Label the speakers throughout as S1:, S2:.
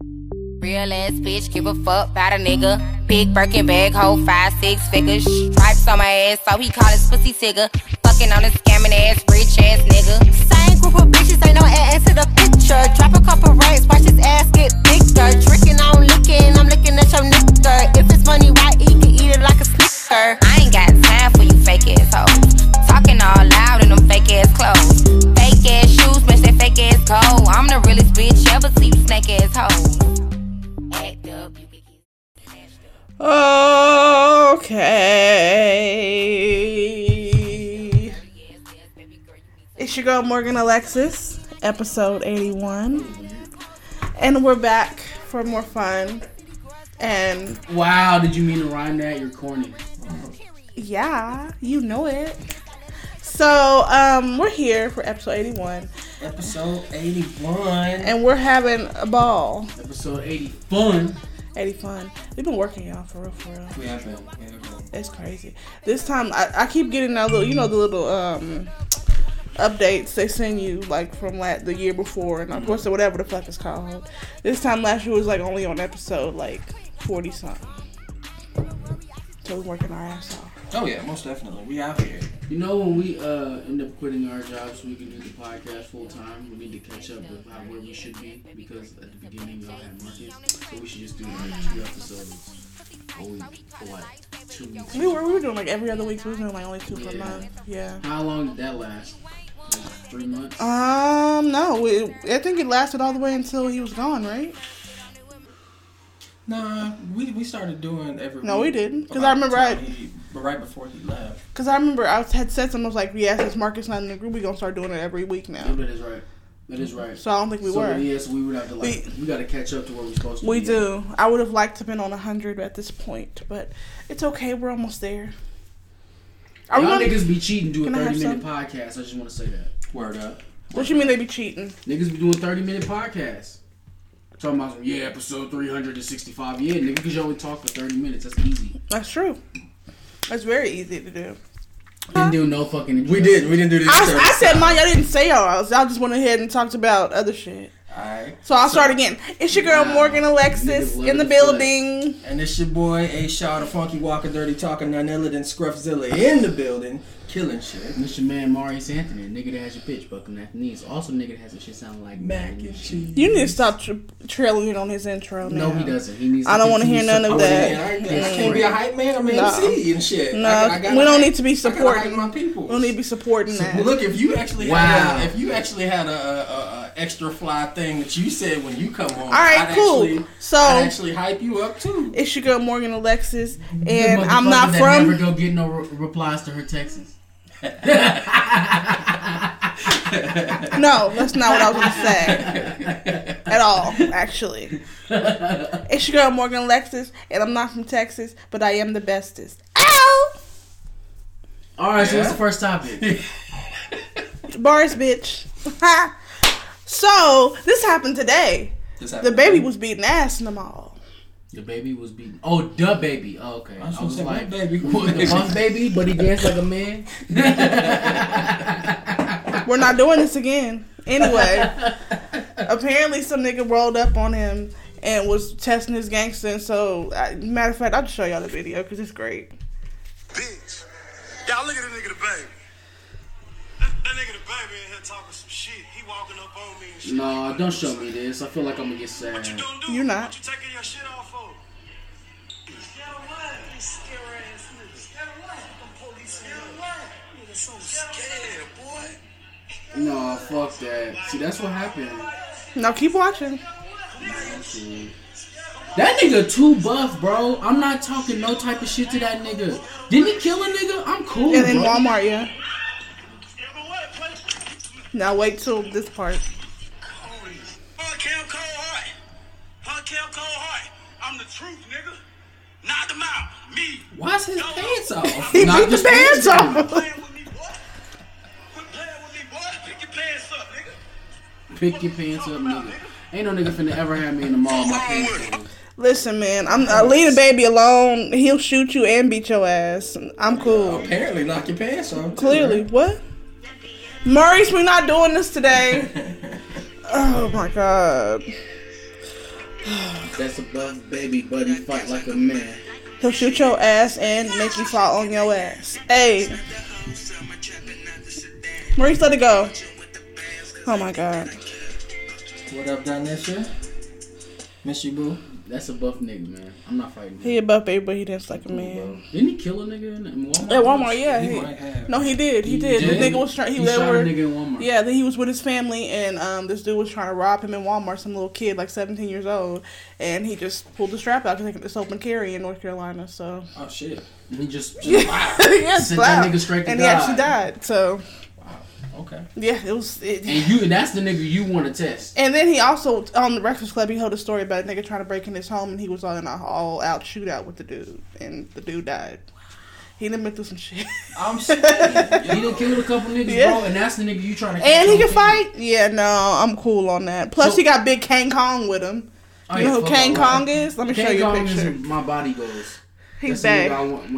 S1: Real ass bitch, give a fuck about a nigga. Big Birkin bag, hold five, six figures. Stripes on my ass, so he call his pussy Tigger. Fucking on a scamming ass, rich ass nigga.
S2: Same group of bitches, ain't no ass to the picture. Drop a couple racks, watch his ass get bigger. Drinking, I'm licking, I'm looking at your nigga. If it's funny, why he can eat it like a snicker?
S1: I ain't got time for you fake ass hoes. Talking all loud in them fake ass clothes. Fake ass shoes, match that fake ass gold. I'm the realest bitch ever see you snake ass hoes. Act up, you can get smashed up.
S3: Okay. It's your girl Morgan Alexis, episode 81. And we're back for more fun. And
S4: Wow, did you mean to rhyme that? You're corny.
S3: yeah, you know it. So, um, we're here for episode 81
S4: Episode 81.
S3: and we're having a ball.
S4: Episode 80. Fun.
S3: 80 fun. We've been working, y'all, for real, for real.
S4: We have been. we have been.
S3: It's crazy. This time I, I keep getting that little you know the little um updates they send you like from la- the year before and of course whatever the fuck it's called. This time last year was like only on episode like forty something. So we're working our ass off.
S5: Oh yeah, most definitely. We out here.
S4: You know, when we uh, end up quitting our jobs so we can do the podcast full time, we need to catch up with how, where we should be because at the beginning y'all had monkeys. So we should just do like two episodes a week or like two weeks.
S3: We were we were doing like every other week. We were doing like only two per month. Yeah.
S4: How long did that last? Like three months?
S3: Um no, we, I think it lasted all the way until he was gone, right?
S5: Nah, we, we started doing every.
S3: No,
S5: week
S3: we didn't, 'cause
S5: about
S3: I remember
S5: the time
S3: I-
S5: He, but right before he left.
S3: Cause I remember I was- had said something I was like, yeah, since Marcus not in the group, we gonna start doing it every week
S4: Yeah,
S3: now.
S4: that is right. That is right.
S3: So I don't think we
S4: so
S3: were.
S4: Yes, we would have to like, we, got to catch up to where we're supposed to
S3: We
S4: be.
S3: do. I would have liked to have been on 100 at this point, but it's okay. We're almost there. I
S4: Y'all
S3: remember,
S4: niggas be cheating doing
S3: Can I have
S4: 30 minute podcasts. I just want to say that.
S5: Word up.
S3: what you mean they be cheating?
S4: Niggas be doing 30 minute podcasts. Talking about, some, yeah, episode 365. Yeah, nigga, because you only talk for 30 minutes. That's easy.
S3: That's true. That's very easy to do.
S4: Didn't do no fucking intro.
S5: We didn't. We didn't do this.
S3: I, I said mine. Y'all didn't say y'all. Y'all just went ahead and talked about other shit.
S5: Alright.
S3: So I'll start again. It's your girl
S4: Wow.
S3: Morgan
S4: Niggas
S3: Alexis
S4: love
S3: in the
S4: to flex.
S3: building.
S5: And it's your boy A Shaw, the Funky Walker, Dirty Talker, none other than Scruffzilla in the building, killing shit.
S4: Mr. Man Marius Anthony, nigga that has your pitch bucking at the knees. Also, nigga that has the shit sound like
S5: Mac and cheese.
S3: You need to stop tra- trailing it on his intro.
S4: No,
S3: now.
S4: he doesn't. He needs.
S3: I don't wanna hear
S4: continue
S3: none of
S5: I,
S4: supporting-
S3: that.
S5: mean, I, ain't- I
S4: Yeah.
S5: can't be a hype man. I'm an
S3: No.
S5: MC and shit.
S3: No,
S5: I, I gotta
S3: we don't
S5: hype-
S3: need to be
S5: I gotta hype
S3: supporting.
S5: my people.
S3: We don't need to be supporting
S5: Well,
S3: that.
S5: Look, if you actually
S4: Wow.
S5: had a, if you actually had a, a, a extra fly thing that you said when you come on,
S3: All right,
S5: I'd
S3: cool.
S5: Actually,
S3: So-
S5: I'd actually hype you up too.
S3: It's your girl Morgan Alexis,
S4: Good
S3: and I'm
S4: motherfucker
S3: not
S4: Oh, that
S3: from.
S4: Never go get no re- replies to her texts.
S3: No, that's not what I was gonna say. At all, actually. It's your girl Morgan Alexis, and I'm not from Texas, but I am the bestest. Ow!
S4: All right, so what's
S5: Yeah.
S4: the first topic?
S3: Bars, bitch. Ha. so, this happened today.
S5: This
S3: The
S5: happened.
S3: baby was beating ass in the mall.
S4: the baby was beaten. Oh, the baby. Oh, okay. I
S5: was
S4: was,
S5: gonna say,
S4: like,
S5: what baby?
S4: what, the one baby, but he danced like a man.
S3: We're not doing this again. Anyway, apparently some nigga rolled up on him and was testing his gangster. and So, I, matter of fact, I'll just show y'all the video because it's great.
S6: bitch. Y'all look at the nigga the baby. That, that nigga the baby in here talking some shit. He walking up on me and shit.
S4: No, don't show me this. I feel like I'm gonna get sad.
S6: What you gonna do?
S3: You're not.
S6: What you taking your shit off for? Scared of what? You scare ass nigga. Scared of what? The police. Scared of what? Nigga so scared, boy.
S4: No, fuck that. See, that's what happened.
S3: Now, keep watching.
S4: That nigga too buff, bro. I'm not talking no type of shit to that nigga. Didn't he kill a nigga? I'm cool,
S3: And in
S4: bro.
S3: Walmart, yeah.
S6: Scared of what? Play.
S3: Now wait till this part.
S6: Her Cam Cold Heart. Her Cam Cold Heart. I'm the truth, nigga. Knock him out. Me.
S4: Why's his pants off?
S3: He
S4: Knock
S3: beat the
S4: his
S3: pants
S4: down.
S3: off.
S6: playing with me, boy. Quit playing with me, boy. Pick your pants up, nigga.
S4: Pick your pants up, nigga. Ain't no nigga finna ever have me in the mall. My pants off.
S3: Listen, man, I'm uh, leave the baby alone. He'll shoot you and beat your ass. I'm cool.
S5: Apparently, knock your pants off.
S3: Clearly, what? Maurice, we're not doing this today. Oh my god.
S4: That's above baby, buddy. Fight like a man.
S3: He'll shoot your ass and make you fall on your ass. Hey. Maurice, let it go. Oh my god.
S5: What up, Donisha? Miss you, boo.
S4: That's a buff nigga, man. I'm not fighting.
S3: He a buff baby, but he danced like a
S4: Bro.
S3: man.
S4: Didn't he kill a nigga in, in Walmart?
S3: At Walmart, yeah.
S5: He
S3: He,
S5: might have.
S3: no, he did. He did. The nigga was trying. He,
S4: He
S3: let
S4: shot
S3: her.
S4: a nigga in Walmart.
S3: Yeah, then he was with his family, and um, this dude was trying to rob him in Walmart. Some little kid, like 17 years old, and he just pulled the strap out because it's open carry in North Carolina. So
S5: Oh shit.
S4: And he just, just wow.
S3: yeah,
S4: Sent
S3: wow.
S4: that nigga straight to
S3: and
S4: God.
S3: he actually died. So
S5: Okay.
S3: yeah, it was. It,
S4: And you, and that's the nigga you want to test.
S3: and then he also on the Breakfast Club, he told a story about a nigga trying to break in his home, and he was on an all-out shootout with the dude, and the dude died. He done been through some shit,
S5: I'm saying.
S4: He done killed a couple niggas,
S3: Yeah.
S4: bro, and that's the nigga you trying to.
S3: and he
S4: catch
S3: can
S4: on
S3: fight. Yeah, no, I'm cool on that. Plus,
S4: So-
S3: he got Big Kang Kong with him.
S4: Oh,
S3: you
S4: yeah,
S3: know who
S4: fuck
S3: Kang
S4: all that.
S3: Kong is? Let me show
S4: King
S3: you a
S4: Kong
S3: picture.
S4: is my body goes.
S3: He's
S4: That's the nigga I
S3: back.
S4: want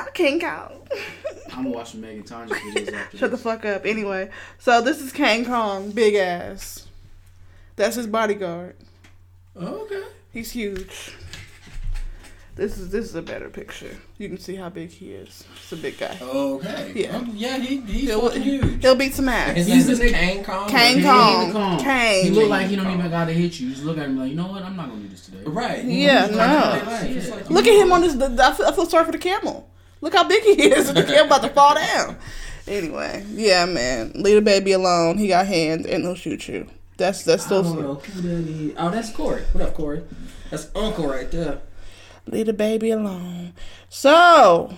S4: whenever
S3: King Kong.
S4: I'm watching Megan Tanji videos after
S3: Shut the
S4: this.
S3: fuck up. Anyway, so this is Kang Kong, big ass. That's his bodyguard.
S4: Oh,
S5: okay.
S3: He's huge. This is this is a better picture. You can see how big he is. He's a big guy.
S5: Okay.
S3: Yeah.
S5: Um, yeah. He he's
S3: He'll,
S5: fucking huge.
S3: he'll beat some ass.
S5: His
S4: He's
S5: name is
S4: the nigga-
S5: Kang Kong.
S3: Kang
S4: He
S5: right?
S3: Kong.
S4: ain't even calm.
S3: Kang.
S4: He look like he don't even gotta hit you. You just look at him like, you know what? I'm not gonna do this today.
S5: Right.
S3: Yeah,
S5: He's
S3: no.
S5: like, right, it's like-
S3: Look at him on this. The, I, feel, I feel sorry for the camel. Look how big he is. The camel about to fall down. Anyway, yeah, man. Leave the baby alone. He got hands and he'll shoot you. That's that's
S5: I
S3: still.
S5: don't know who that is. Oh, that's Corey. What up, Corey? That's Uncle right there.
S3: Leave the baby alone. So,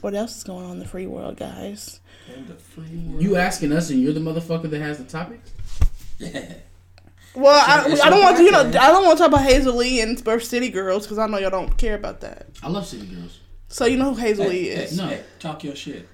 S3: what else is going on in the free world, guys?
S5: And the free world.
S4: You asking us, and you're the motherfucker that has the topics.
S5: Yeah.
S3: Well, I,
S5: It's
S3: I don't
S5: your
S3: want to, you know,
S5: podcast.
S3: I don't want to talk about Hazel Lee and Birth City Girls because I know y'all don't care about that.
S4: I love City Girls.
S3: So you know who Hazel Lee
S5: Hey,
S3: is.
S5: no.
S4: No.
S5: talk your shit.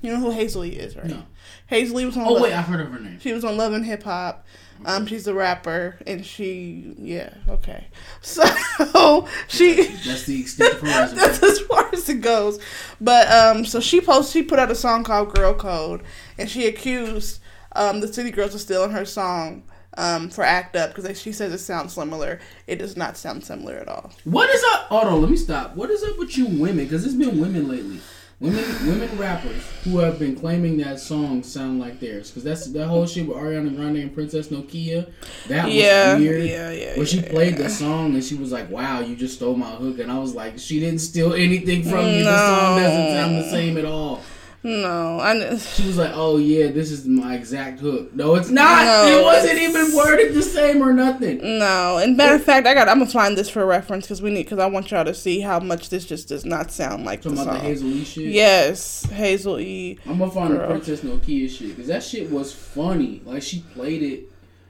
S3: You know who Hazel Lee is, right?
S4: No.
S3: Hazel Lee was on.
S4: Oh
S3: Lo-
S4: wait, I've heard of her name.
S3: she was on Love and Hip Hop. Um, she's a rapper, and she, yeah, okay. So she.
S4: That's the extent of her resume.
S3: That's as far as it goes. But um, so she post she put out a song called Girl Code, and she accused um, the city girls of stealing her song um, for Act Up because she says it sounds similar. It does not sound similar at all.
S4: What is up? Hold on, let me stop. What is up with you women? Because it's been women lately. Women, women rappers who have been claiming that songs sound like theirs. Because that's that whole shit with Ariana Grande and Princess Nokia. That
S3: Yeah,
S4: was weird.
S3: yeah, yeah,
S4: When she
S3: yeah,
S4: played the song and she was like, "Wow, you just stole my hook," and I was like, "She didn't steal anything from you. The song doesn't sound the same at all."
S3: No, I kn-
S4: She was like, "Oh yeah, this is my exact hook." No, it's not.
S3: No, Mm.
S4: it wasn't
S3: it's-
S4: even worded the same or nothing.
S3: no. And matter of fact, I got I'm gonna find this for reference because we need because I want y'all to see how much this just does not sound like the E.
S4: Talking about the
S3: song.
S4: Hazel Lee shit.
S3: Yes, Hazel E.
S4: I'm gonna find the
S3: Girl.
S4: Princess Nokia shit because that shit was funny. Like she played it,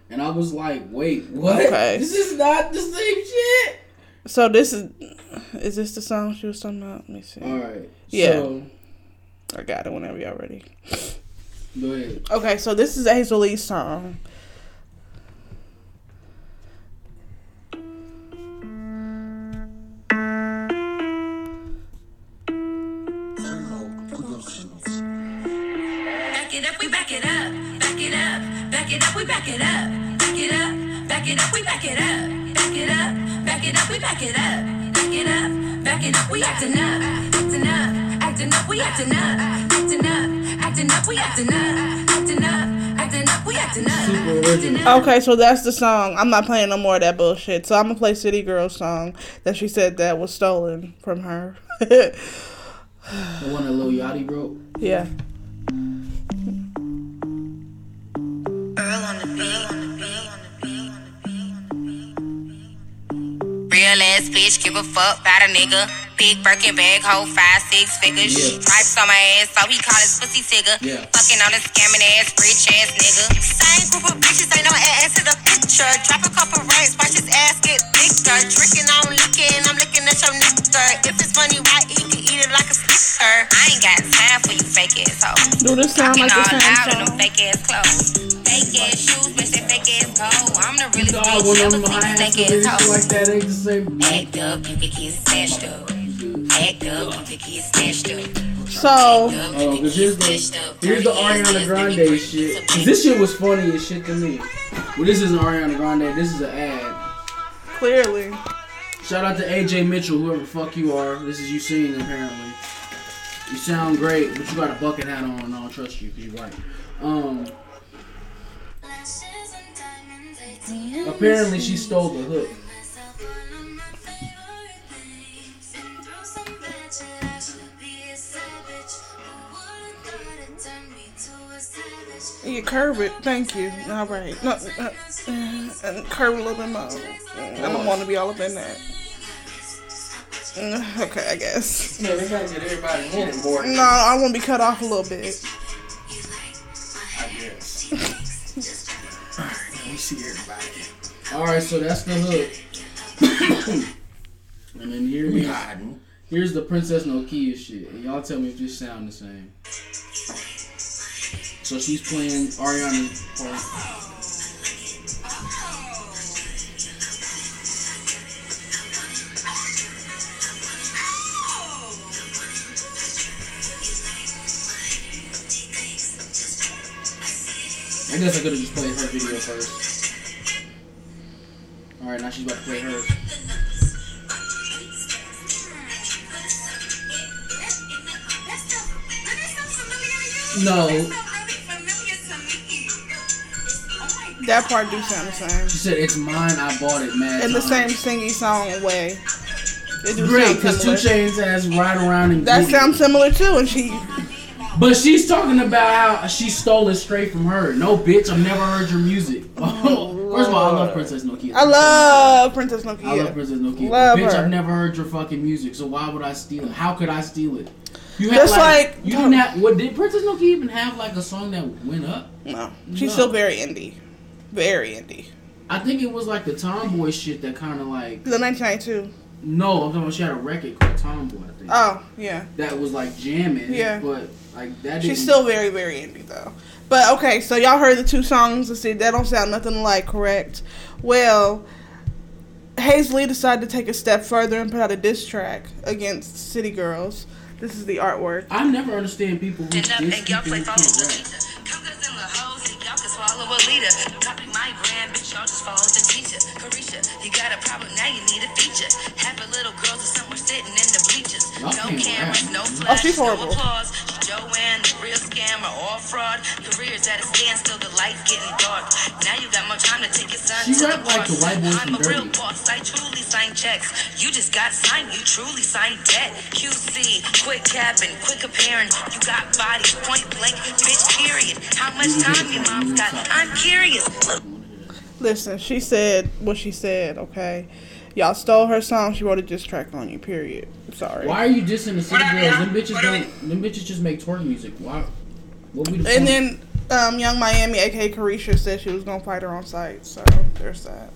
S4: and I was like, "Wait, what?
S3: Okay.
S4: This is not the same shit."
S3: So this is is this the song she was talking about? Let me see.
S4: All right.
S3: Yeah.
S4: So,
S3: I got it whenever y'all ready.
S4: go ahead.
S3: Okay, so this is Hazel Lee's song.
S7: Back it up, we back it up. Back it up, back it up, we back it up. Back it up, back it up, we back it up. Back it up, back it up, we back it up. Back it up, back it up, we acting up. Acting up, acting up, we acting up. Acting up, acting up, we acting up. Acting up, acting up, we acting up.
S4: Super original.
S3: Okay, so that's the song. I'm not playing no more of that bullshit. So I'm gonna play City Girl's song that she said that was stolen from her.
S4: The one that Lil Yachty wrote.
S3: yeah.
S7: Earl on the beat. Real ass bitch, give a fuck about a nigga. Big Birkin bag, hold five, six figures.
S4: Yeah.
S7: Stripes on my ass, so he call his pussy tigger.
S4: Yeah.
S7: Fucking on a scamming ass, rich ass nigga.
S2: Same group of bitches, ain't no ass to the picture. Drop a couple racks, watch his ass get bigger. Drinking, I'm licking, I'm licking at your nigger. If it's funny, why eat it? Eat it like a snicker.
S7: I ain't got time for you fake ass hoes.
S3: Do this sound
S7: Fucking
S3: like
S7: all
S3: the same
S7: loud in
S3: song?
S7: them fake ass clothes. Fake ass shoes, bitch, that fake ass cold. I'm the realest
S4: No,
S7: bitch,
S4: when
S7: never
S4: I'm
S7: seen
S4: high
S7: a
S4: ass
S7: fake ass
S4: lyrics
S7: hoe.
S4: like that ain't the same.
S7: Act up, you could get smashed up. Act up, you could get smashed up.
S3: So
S4: Oh, because here's the here's the Ariana Grande shit. 'Cause This shit was funny as shit to me. Well, this isn't Ariana Grande. This is an ad
S3: Clearly.
S4: Shout out to AJ Mitchell, whoever the fuck you are. This is you singing apparently. You sound great, but you got a bucket hat on, and I don't trust you because you're white. Um, apparently she stole the hook.
S3: You curve it. Thank you. All right. No, uh, uh, and curve it a little bit more. I don't want to be all up in that. Mm, Okay, I guess.
S5: Yeah, they gotta get everybody in and more.
S3: No, I want to be cut off a little bit.
S5: I guess. Alright, we see everybody.
S4: All right, so that's the hook. and then here
S5: We
S4: we
S5: hiding.
S4: here's the Princess Nokia shit. And y'all tell me if this sound the same. So she's playing Ariana's part. I guess I could have just played her video first. Alright, now she's about to play hers. No,
S3: That part do sound the
S4: She
S3: same.
S4: said, "It's mine. I bought it, man."
S3: In the same singy song way. It do
S4: Great,
S3: sound
S4: because Two
S3: similar.
S4: Chainz has ride around and
S3: That
S4: Gucci.
S3: sounds similar too, and she
S4: But she's talking about how she stole it straight from her. No, bitch, I've never heard your music. First of all, I love Princess Nokia.
S3: I love Princess Nokia.
S4: I love Princess Nokia.
S3: Love
S4: bitch,
S3: her.
S4: I've never heard your fucking music. So why would I steal it? How could I steal it? You
S3: That's like-
S4: you didn't have. What did Princess Nokia even have like a song that went up?
S3: No, she's
S4: No.
S3: still very indie, very indie.
S4: I think it was like the Tomboy shit that kind of like.
S3: The 1992.
S4: No, I'm talking about she had a record called Tomboy. I think.
S3: Oh yeah,
S4: that was like jamming.
S3: Yeah.
S4: But like that.
S3: she's
S4: didn't-
S3: still very very indie though. But okay, so y'all heard the two songs and see that don't sound nothing alike, correct? Well, Hazley decided to take a step further and put out a diss track against City Girls. This is the artwork.
S4: I never understand people who diss
S7: Stand up
S4: people
S7: and y'all play
S4: who
S7: follow
S4: can't
S7: the
S4: rap.
S7: teacher. Cougars and the hoes and y'all can swallow a leader. Copy my grand bitch, y'all just follow the teacher. Carisha, you got a problem now, you need a feature. Half a little girls are somewhere sitting in the bleachers.
S4: Y'all
S7: No
S4: can't
S7: cameras,
S4: rap.
S7: no
S3: Oh,
S7: flash,
S3: she's
S7: no
S3: horrible.
S7: applause. Joanne, the real scammer, all fraud. Careers at a standstill, the lights getting dark. Now you got more time to take your son
S4: She
S7: to the
S4: rap like the
S7: bars.
S4: white boy
S7: I'm
S4: from
S7: a real
S4: Derby.
S7: boss, I truly sign checks. You just got signed, you truly signed debt. QC, quick capping, quick appearing. You got bodies, point blank, bitch, period. How much time your mom's got? I'm curious. Look,
S3: Listen, she said what she said. Okay, y'all stole her song. She wrote a diss track on you. Period. Sorry.
S4: Why are you dissing the city girls? Them bitches
S6: What up,
S4: don't. Them bitches just make twerk music. Why? What we?
S3: And then um, Young Miami, aka Carisha, said she was gonna fight her on site. So there's that.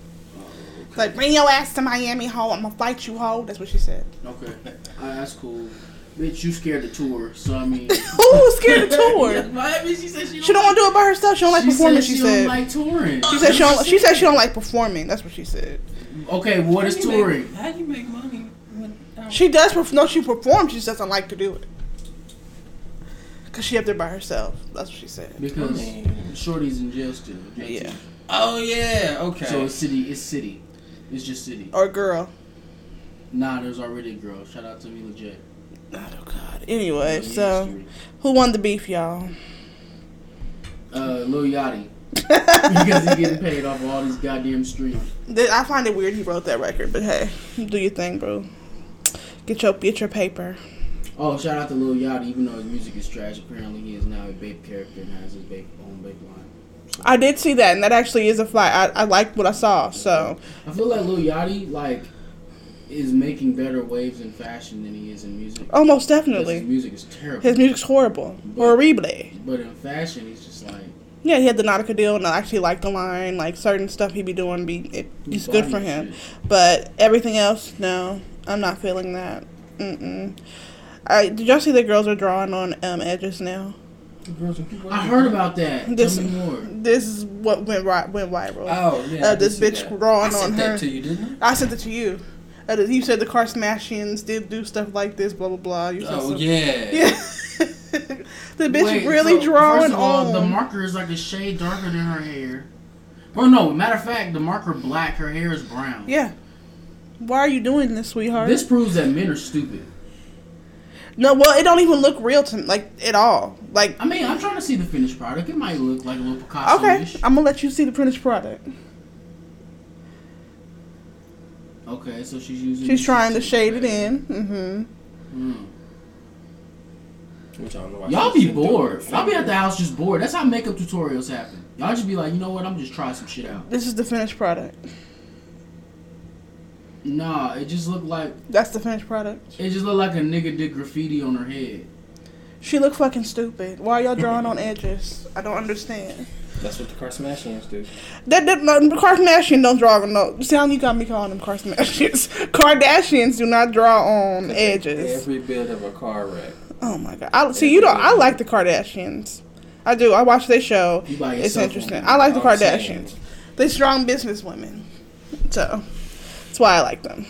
S3: Like bring your ass to Miami, hoe. I'm gonna fight you, hoe. That's what she said.
S4: Okay, Ah, that's cool. Bitch, you scared to tour, so I mean.
S3: Ooh, scared to
S4: That's
S3: tour.
S4: why, I mean, she said she don't.
S3: She don't want to do it by herself. She don't like
S4: she
S3: performing.
S4: said
S3: She
S4: don't
S3: said.
S4: like touring.
S3: she said she don't. She said she don't like performing. That's what she said.
S4: Okay, what is
S5: How you make-
S4: touring?
S5: How do you make money when
S3: She does. Perf- no, she performs. She just doesn't like to do it. Cause she up there by herself. That's what she said.
S4: Because Shorty's in jail still.
S3: Yeah.
S5: Oh yeah, okay.
S4: So it's city. It's city. It's just city.
S3: Or girl.
S4: Nah, there's already a girl. Shout out to Mila J.
S3: Oh God. Anyway,
S4: Yeah,
S3: so
S4: history.
S3: who won the beef, y'all?
S4: uh, Lil Yachty. because he getting paid off all these goddamn streams.
S3: Th- I find it weird he wrote that record, but hey, do your thing, bro. Get your get your paper.
S4: Oh, shout out to Lil Yachty, even though his music is trash, apparently he is now a vape character and has his vape own vape line.
S3: I did see that, and that actually is a fly. I, I liked what I saw. So
S4: I feel like Lil Yachty, like, is making better waves in fashion than he is in music.
S3: oh, most
S4: Because His
S3: definitely,
S4: music is terrible.
S3: his music's horrible, horrible.
S4: but in fashion, he's just like,
S3: Yeah, he had the Nautica deal, and I actually liked the line. Like certain stuff he be doing, be it, it's good for
S4: Body
S3: him.
S4: shit.
S3: But everything else, no, I'm not feeling that. Mm-mm. I, did y'all see the girls are drawing on um, edges now?
S4: I heard about that.
S3: This-
S4: Tell me more.
S3: This is what went ri- went viral.
S5: Oh yeah. I
S3: uh,
S5: did
S3: this
S5: see
S3: bitch
S5: that.
S3: drawing
S5: I
S3: on
S5: sent
S3: her.
S5: that to you, didn't
S3: I sent it to you. Uh, you said the Kardashians did do stuff like this, blah blah blah. You
S5: I?
S3: said
S5: Oh
S3: some-
S5: yeah.
S3: yeah. the bitch
S4: Wait,
S3: really
S4: so,
S3: drawing
S4: first of all,
S3: on.
S4: The marker is like a oh, shade darker than her hair. Or no, matter of fact, the marker black. Her hair is brown.
S3: yeah, Why are you doing this, sweetheart?
S4: This proves that men are stupid.
S3: no, well, it don't even look real to me, like at all. Like,
S4: I mean, I'm trying to see the finished product. It might look like a little
S3: okay,
S4: Picasso-ish.
S3: I'm gonna let you see the finished product.
S4: Okay, so she's using.
S3: She's trying to shade it in. Mm-hmm.
S4: Mm.
S5: Which I don't know why
S4: Y'all
S5: she's
S4: be
S5: sitting there
S4: bored.
S5: with her
S4: Y'all be at
S5: finger.
S4: the house just bored. That's how makeup tutorials happen. Y'all just be like, you know what? I'm just trying some shit out.
S3: This is the finished product.
S4: Nah, it just looked like
S3: That's the finished product.
S4: it just looked like a nigga did graffiti on her head.
S3: She look fucking stupid. Why y'all drawing on edges? I don't understand.
S5: That's what the Kardashians do.
S3: That, that no, the Kardashian don't draw on no. See how you got me calling them Kardashians? Kardashians do not draw on edges.
S5: Every bit of a car wreck.
S3: Oh my god! I, see, you don't. I like the Kardashians. I do. I watch their show.
S4: You by
S3: It's
S4: yourself
S3: interesting.
S4: on that.
S3: I like the
S5: I'm saying.
S3: Kardashians. They strong business women, so that's why I like them.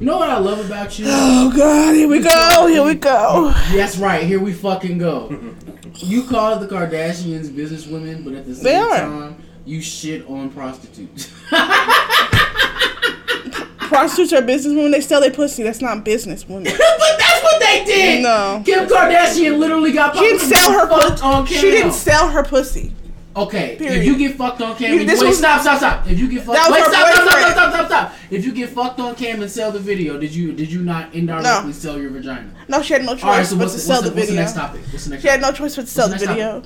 S4: You know what I love about you?
S3: Oh god! Here we go! Here we go!
S4: That's right. Here we fucking go. You call the Kardashians businesswomen, but at the same
S3: They are.
S4: time, you shit on prostitutes.
S3: Prostitutes are business women. They sell their pussy. That's not business women.
S4: but that's what they did.
S3: No.
S4: Kim Kardashian literally got
S3: She didn't
S4: fucking
S3: sell her
S4: fucked on
S3: pussy.
S4: camera.
S3: She didn't sell her pussy.
S4: Okay,
S3: Period.
S4: if you get fucked on cam,
S3: You-
S4: and-
S3: this
S4: wait,
S3: was-
S4: stop, stop, stop. If you get fucked,
S3: That was
S4: wait,
S3: her
S4: stop, stop, stop,
S3: boyfriend.
S4: stop, stop, stop. If you get fucked on cam and sell the video, did you did you not indirectly
S3: No.
S4: sell your vagina?
S3: No, she had no choice
S4: All right, so
S3: but
S4: what's,
S3: to
S4: what's,
S3: sell
S4: the,
S3: the
S4: what's the
S3: video.
S4: next topic? What's the next?
S3: She had
S4: topic?
S3: no choice but to sell the
S4: What's the
S3: video.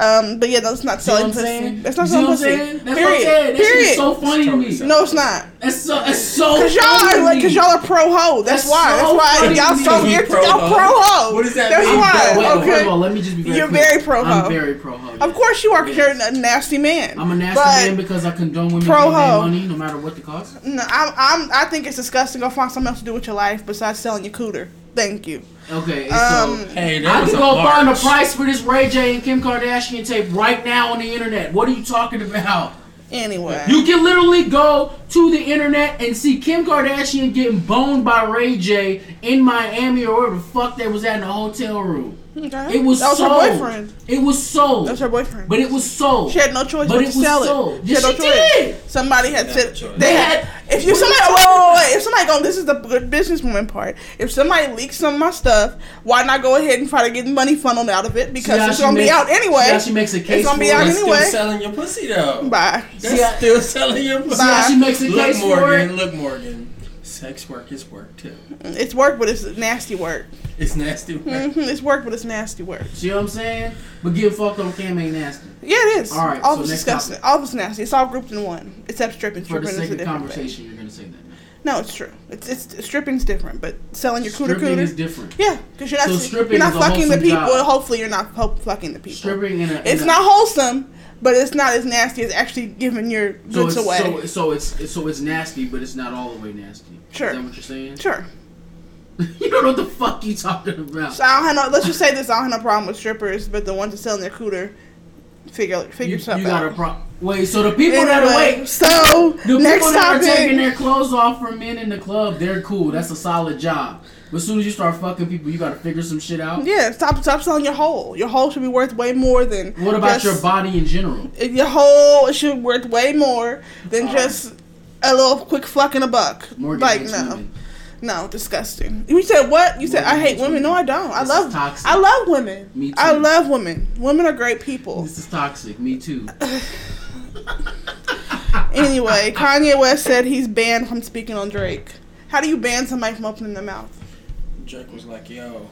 S3: Um, but yeah, that's not
S4: See what
S3: selling
S4: I'm
S3: pussy.
S4: saying?
S3: That's not
S4: See what
S3: selling
S4: I'm
S3: pussy.
S4: saying? That's what I'm saying.
S3: Period.
S4: That shit is
S3: Period.
S4: so funny to me.
S3: no, it's not.
S4: That's so. That's so.
S3: Cause y'all
S4: funny
S3: are
S4: to
S3: like,
S4: me.
S3: cause y'all are pro ho. That's,
S4: That's
S3: why. that's
S4: so funny
S3: why
S4: to me.
S3: y'all so
S4: You
S3: weird.
S5: pro
S3: Y'all
S5: hoe?
S3: pro ho.
S5: What does that
S3: That's
S5: mean?
S4: I'm
S3: why.
S4: very- wait, wait,
S3: okay.
S4: first of all, let me just be very
S3: You're
S4: clear.
S3: very pro
S4: I'm
S3: hoe.
S4: very pro ho. Yes.
S3: of course you are. Cause you're
S4: Yes.
S3: a nasty man.
S4: I'm a nasty man because I condone women
S3: Pro
S4: making their
S3: hoe.
S4: money no matter what the cost.
S3: No, I'm, I'm. I think it's disgusting. Go find something else to do with your life besides selling your cooter. Thank you.
S4: Okay,
S3: Um,
S4: so
S5: Hey, that
S4: I
S5: was
S4: can
S5: a
S4: go
S5: large.
S4: find a price for this Ray J and Kim Kardashian tape right now on the internet. What are you talking about?
S3: Anyway,
S4: You can literally go to the internet and see Kim Kardashian getting boned by Ray J in Miami or wherever the fuck they was at in a hotel room.
S3: okay.
S4: It was
S3: that was
S4: sold.
S3: her boyfriend.
S4: It was sold.
S3: That was her boyfriend.
S4: But it was sold.
S3: She had no choice
S4: But
S3: but,
S4: it
S3: to
S4: was
S3: sell
S4: sold.
S3: it. She had
S4: Yes,
S3: no
S4: she
S3: choice.
S4: did.
S3: Somebody had
S5: They had
S3: said
S5: no choice.
S3: they
S4: They
S3: had.
S4: had-
S3: If you
S4: What are you
S3: somebody, wait,
S4: talking
S3: wait, wait, wait. If somebody going, this is the good businesswoman part. If somebody leaks some of my stuff, why not go ahead and try to get money funneled out of it
S4: See how
S3: because it's
S4: she
S3: gonna be
S4: makes-
S3: out anyway.
S4: see how she makes a case
S3: gonna be
S4: for
S3: out
S4: it?
S5: That's
S3: anyway.
S5: still selling your pussy though.
S3: Bye.
S5: That's
S4: See, I-
S5: still selling your pussy.
S4: See how she makes a
S5: Look,
S4: case
S5: Morgan.
S4: for it.
S5: Look, Morgan. Sex work is work too.
S3: It's work, but it's nasty work.
S5: It's nasty work.
S3: hmm It's work, but it's nasty work.
S4: See what I'm saying? But getting fucked on cam ain't nasty.
S3: Yeah, it is.
S4: All right,
S3: all of
S4: so
S3: it's
S4: next
S3: disgusting.
S4: topic.
S3: All of it's nasty. It's all grouped in one, except stripping.
S4: For the
S3: Stripping is
S4: sake
S3: a
S4: of
S3: different thing.
S4: conversation, you're gonna say that.
S3: No, it's true. It's it's stripping's different, but selling your cooter
S4: Stripping
S3: cooter
S4: is different.
S3: Yeah, because you're not
S4: So
S3: you're
S4: stripping
S3: not
S4: is a
S3: fucking the
S4: wholesome
S3: people.
S4: job.
S3: Hopefully, you're not ho- fucking the people.
S4: Stripping in a. in
S3: It's
S4: a-
S3: not wholesome, but it's not as nasty as actually giving your
S4: So
S3: goods
S4: it's,
S3: away.
S4: so, so it's so it's nasty, but it's not all the way nasty.
S3: Sure.
S4: Is that what you're saying?
S3: sure.
S4: you don't know what the fuck you talking about.
S3: So I don't have no. Let's just say this. I don't have no problem with strippers, but the ones that selling their cooter, figure
S4: you
S3: figure
S4: you
S3: something
S4: got a
S3: out.
S4: problem. Wait, so the people that are
S3: Anyway,
S4: wait,
S3: so
S4: the
S3: next
S4: people that are
S3: topic.
S4: taking their clothes off for men in the club, they're cool. That's a solid job. But as soon as you start fucking people, you gotta figure some shit out.
S3: Yeah, stop stop selling your whole. Your whole should be worth way more than
S4: What about
S3: just-
S4: your body in general?
S3: Your whole should be worth way more than
S4: All
S3: just a little quick fluck and a buck.
S4: Morgan
S3: like
S4: hates
S3: no.
S4: women.
S3: No, disgusting. You said what? You said I
S4: Women
S3: hate
S4: hate
S3: women. No, I
S4: women.
S3: don't. I
S4: This is
S3: love.
S4: toxic.
S3: I love women.
S4: Me too.
S3: I love women. Women are great people.
S4: This is toxic. Me too.
S3: Anyway, Kanye West said he's banned from speaking on Drake. How do you ban somebody from opening their mouth?
S5: Drake was like, yo,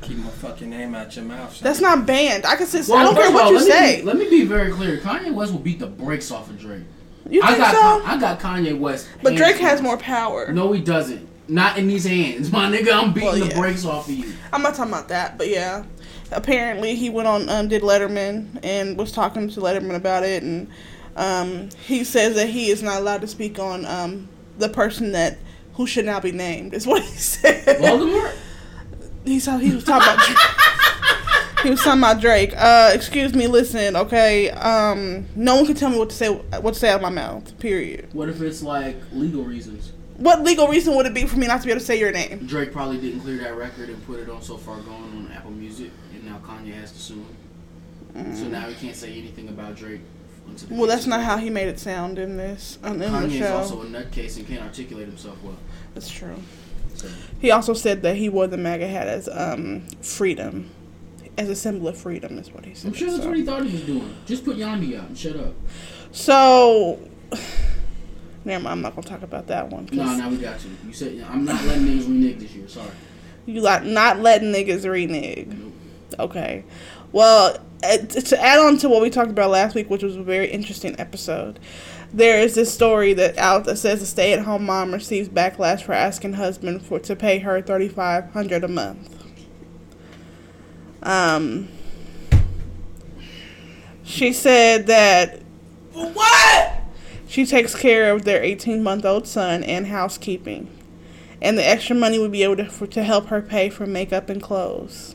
S5: keep my fucking name out your mouth. son."
S3: That's not banned. I can say I
S4: Well,
S3: don't care
S4: first of
S3: what
S4: all,
S3: you
S4: let me
S3: say.
S4: be- let me be very clear. Kanye West will beat the brakes off of Drake.
S3: you
S4: I
S3: think
S4: got
S3: so?
S4: I got Kanye West.
S3: but
S4: hands
S3: Drake has
S4: down.
S3: more power.
S4: No, he doesn't. Not in these hands, my nigga. I'm beating
S3: Well,
S4: the
S3: yeah.
S4: brakes off of you.
S3: I'm not talking about that, but yeah. Apparently, he went on um, did Letterman and was talking to Letterman about it, and um, he says that he is not allowed to speak on um, the person that who should not be named. Is what he said.
S4: Voldemort.
S3: he saw he was talking about. Drake. He was talking about Drake. Uh, excuse me, listen, okay. Um, no one can tell me what to say, what to say out of my mouth. Period.
S4: What if it's like legal reasons?
S3: What legal reason would it be for me not to be able to say your name?
S4: Drake probably didn't clear that record and put it on So Far Gone on Apple Music, and now Kanye has to sue him. So now he can't say anything about Drake onto the
S3: Mm. Well, that's
S4: picture.
S3: not how he made it sound in this on in the
S4: Kanye's
S3: show.
S4: also a nutcase and can't articulate himself well.
S3: that's true.
S4: So,
S3: He also said that he wore the MAGA hat as um freedom, as a symbol of freedom, is what he said.
S4: I'm sure that's
S3: so.
S4: what he thought he was doing. Just put Yami out and shut up.
S3: So, never mind. I'm not gonna talk about that one. 'cause
S4: No, no, we got you. You said I'm not letting niggas renege this year. Sorry.
S3: You like not letting niggas renege. Okay. Well, uh, t- to add on to what we talked about last week, which was a very interesting episode, there is this story that out that says a stay-at-home mom receives backlash for asking husband for to pay her thirty-five hundred a month. Um, she said that what she takes care of their eighteen-month-old son and housekeeping and the extra money would be able to, for, to help her pay for makeup and clothes.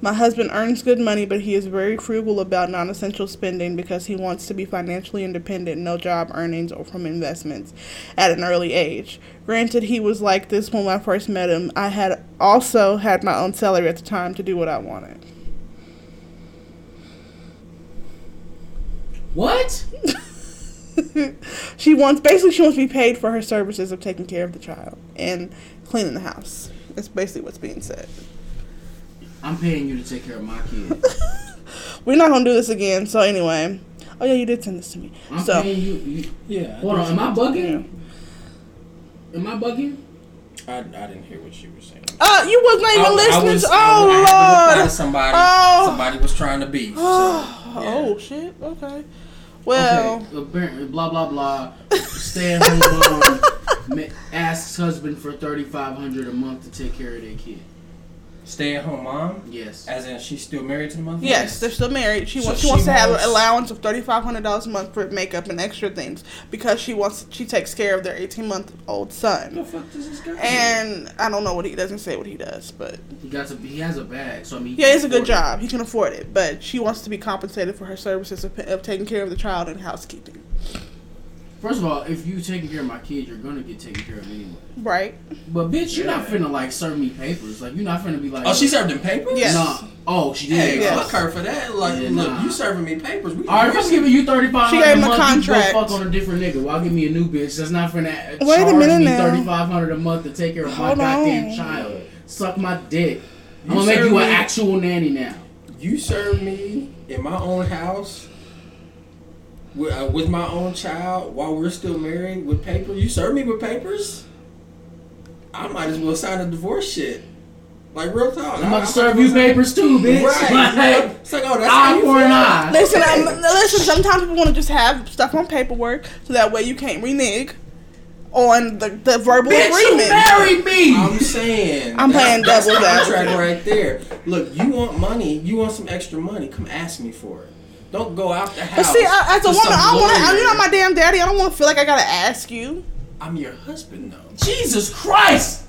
S3: My husband earns good money, but he is very frugal about non essential spending because he wants to be financially independent, no job earnings or from investments at an early age. Granted, he was like this when I first met him. I had also had my own salary at the time to do what I wanted.
S4: What?
S3: she wants basically she wants to be paid for her services of taking care of the child and cleaning the house. That's basically what's being said.
S4: I'm paying you to take care of my kid.
S3: We're not gonna do this again. So anyway, oh yeah, you did send this to me.
S4: I'm
S3: so
S4: paying you, you.
S5: Yeah.
S4: Hold on. Am I
S3: yeah.
S4: bugging? Am I bugging?
S5: I, I didn't hear what she was saying.
S3: Uh, you was not even
S5: I- I
S3: listening.
S5: was-
S3: to,
S5: I had to
S3: oh
S5: reply to
S3: lord.
S5: Somebody,
S3: Oh.
S5: somebody was trying to be. So,
S3: Oh shit. Okay. Well,
S4: Okay, apparently, blah blah blah. Stay at home mom ma- asks husband for thirty five hundred a month to take care of their kid.
S5: Stay at home mom,
S4: Yes.
S5: as in she's still married to the mother.
S3: yes, they're still married. She
S5: So
S3: wants she
S5: she
S3: wants to have an
S5: wants-
S3: allowance of thirty five hundred dollars a month for makeup and extra things because she wants she takes care of their eighteen month old
S5: What
S3: son.
S5: the fuck does this guy?
S3: And I don't know what he doesn't say what he does, but
S4: He got a, he has a bag, so I mean. he
S3: yeah,
S4: can
S3: it's a good
S4: afford it.
S3: job. He can afford it, but she wants to be compensated for her services of, of taking care of the child and housekeeping.
S4: First of all, if you taking care of my kid, you're gonna get taken care of anyway.
S3: Right.
S4: But bitch, you're not finna like serve me papers. Like you're not finna be like.
S5: Oh, she served him papers.
S3: Yes.
S4: Nah. Oh, she did.
S5: Hey,
S3: Yes.
S5: fuck her for that. Like,
S4: Yeah,
S5: look,
S4: nah.
S5: you serving me papers. We,
S4: All right, if I'm giving you thirty five
S3: She gave
S4: hundred
S3: him
S4: a
S3: a
S4: month,
S3: contract.
S4: you go fuck on a different nigga. Why give me a new bitch that's not finna
S3: Wait a
S4: charge
S3: minute
S4: me
S3: now.
S4: thirty five hundred a month to take care of my
S3: Hold
S4: goddamn
S3: on.
S4: child? Suck my dick. I'm
S5: You
S4: gonna make
S5: serve
S4: you an
S5: me-
S4: actual nanny now.
S5: you serve me in my own house with, uh, with my own child while we're still married with papers. You serve me with papers. I might as well sign a divorce shit. Like real talk.
S4: I'm about to serve you papers too, bitch.
S5: Right.
S4: Like,
S5: It's like, oh, that's how
S4: eye
S5: you
S4: for an
S5: feel.
S4: eye.
S3: Listen, I'm, listen. Sometimes people want to just have stuff on paperwork, so that way you can't renege on the, the verbal
S4: Bitch, you
S3: agreement.
S4: married me.
S5: I'm saying.
S3: I'm playing
S5: that's-
S3: devil's
S5: that's the
S3: advocate.
S5: contract right there. Look, you want money. You want some extra money. Come ask me for it. Don't go out the
S3: But
S5: house.
S3: see, I, as a
S5: to
S3: woman,
S5: some
S3: I want
S5: lawyer.
S3: to. You're not my damn daddy. I don't want to feel like I gotta ask you.
S5: I'm your husband, though.
S4: Jesus Christ.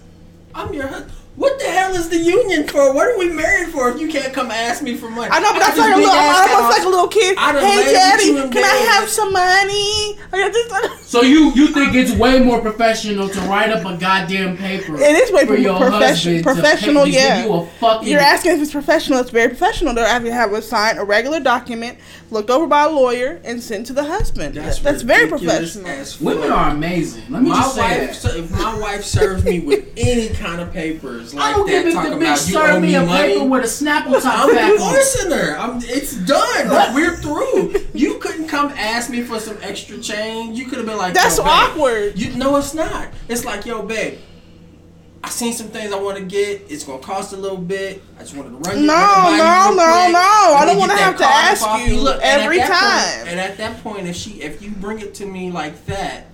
S5: I'm your husband. What the hell is the union for? What are we married for if you can't come ask me for money?
S3: I know, but I
S5: At
S3: feel like a
S5: this
S3: little. I'm
S5: big-ass
S3: almost
S5: house,
S3: like a little kid.
S5: I done laid
S3: Hey,
S5: with
S3: daddy,
S5: you in
S3: can I
S5: bed.
S3: have some money? I just-
S4: So you you think it's way more professional to write up a goddamn paper?
S3: It is way
S4: for
S3: more
S4: your
S3: profes-
S4: husband to
S3: professional,
S4: pay- to give
S3: yeah.
S4: You a fucking
S3: You're asking if it's professional. It's very professional. They're having to have a sign, a regular document, looked over by a lawyer, and sent to the husband. That's, very
S5: ridiculous
S3: professional.
S5: as fuck.
S4: Women are amazing. Let me
S5: My
S4: just say
S5: wife,
S4: that.
S5: so if my wife serves me with any kind of papers like
S4: I don't
S5: that,
S4: give
S5: talking
S4: a bitch
S5: about you owe
S4: serve me
S5: me
S4: a
S5: money,
S4: paper with a Snapple top
S5: I'm
S4: back on.
S5: divorcing her. I'm, it's done. Like, we're through. You couldn't come ask me for some extra change. You could have been like,
S3: That's
S5: "Yo, babe."
S3: awkward.
S5: You no, it's not. It's like, yo, babe. I seen some things I want to get. It's gonna cost a little bit. I just wanted to run. you-
S3: No,
S5: run it by you
S3: no,
S5: real
S3: no,
S5: quick.
S3: no. I
S5: Let me
S3: don't
S5: get
S3: wanna
S5: that
S3: have to
S5: card
S3: ask
S5: off
S3: you
S5: and at
S3: every
S5: that
S3: time.
S5: Point, and at that point, if she, if you bring it to me like that,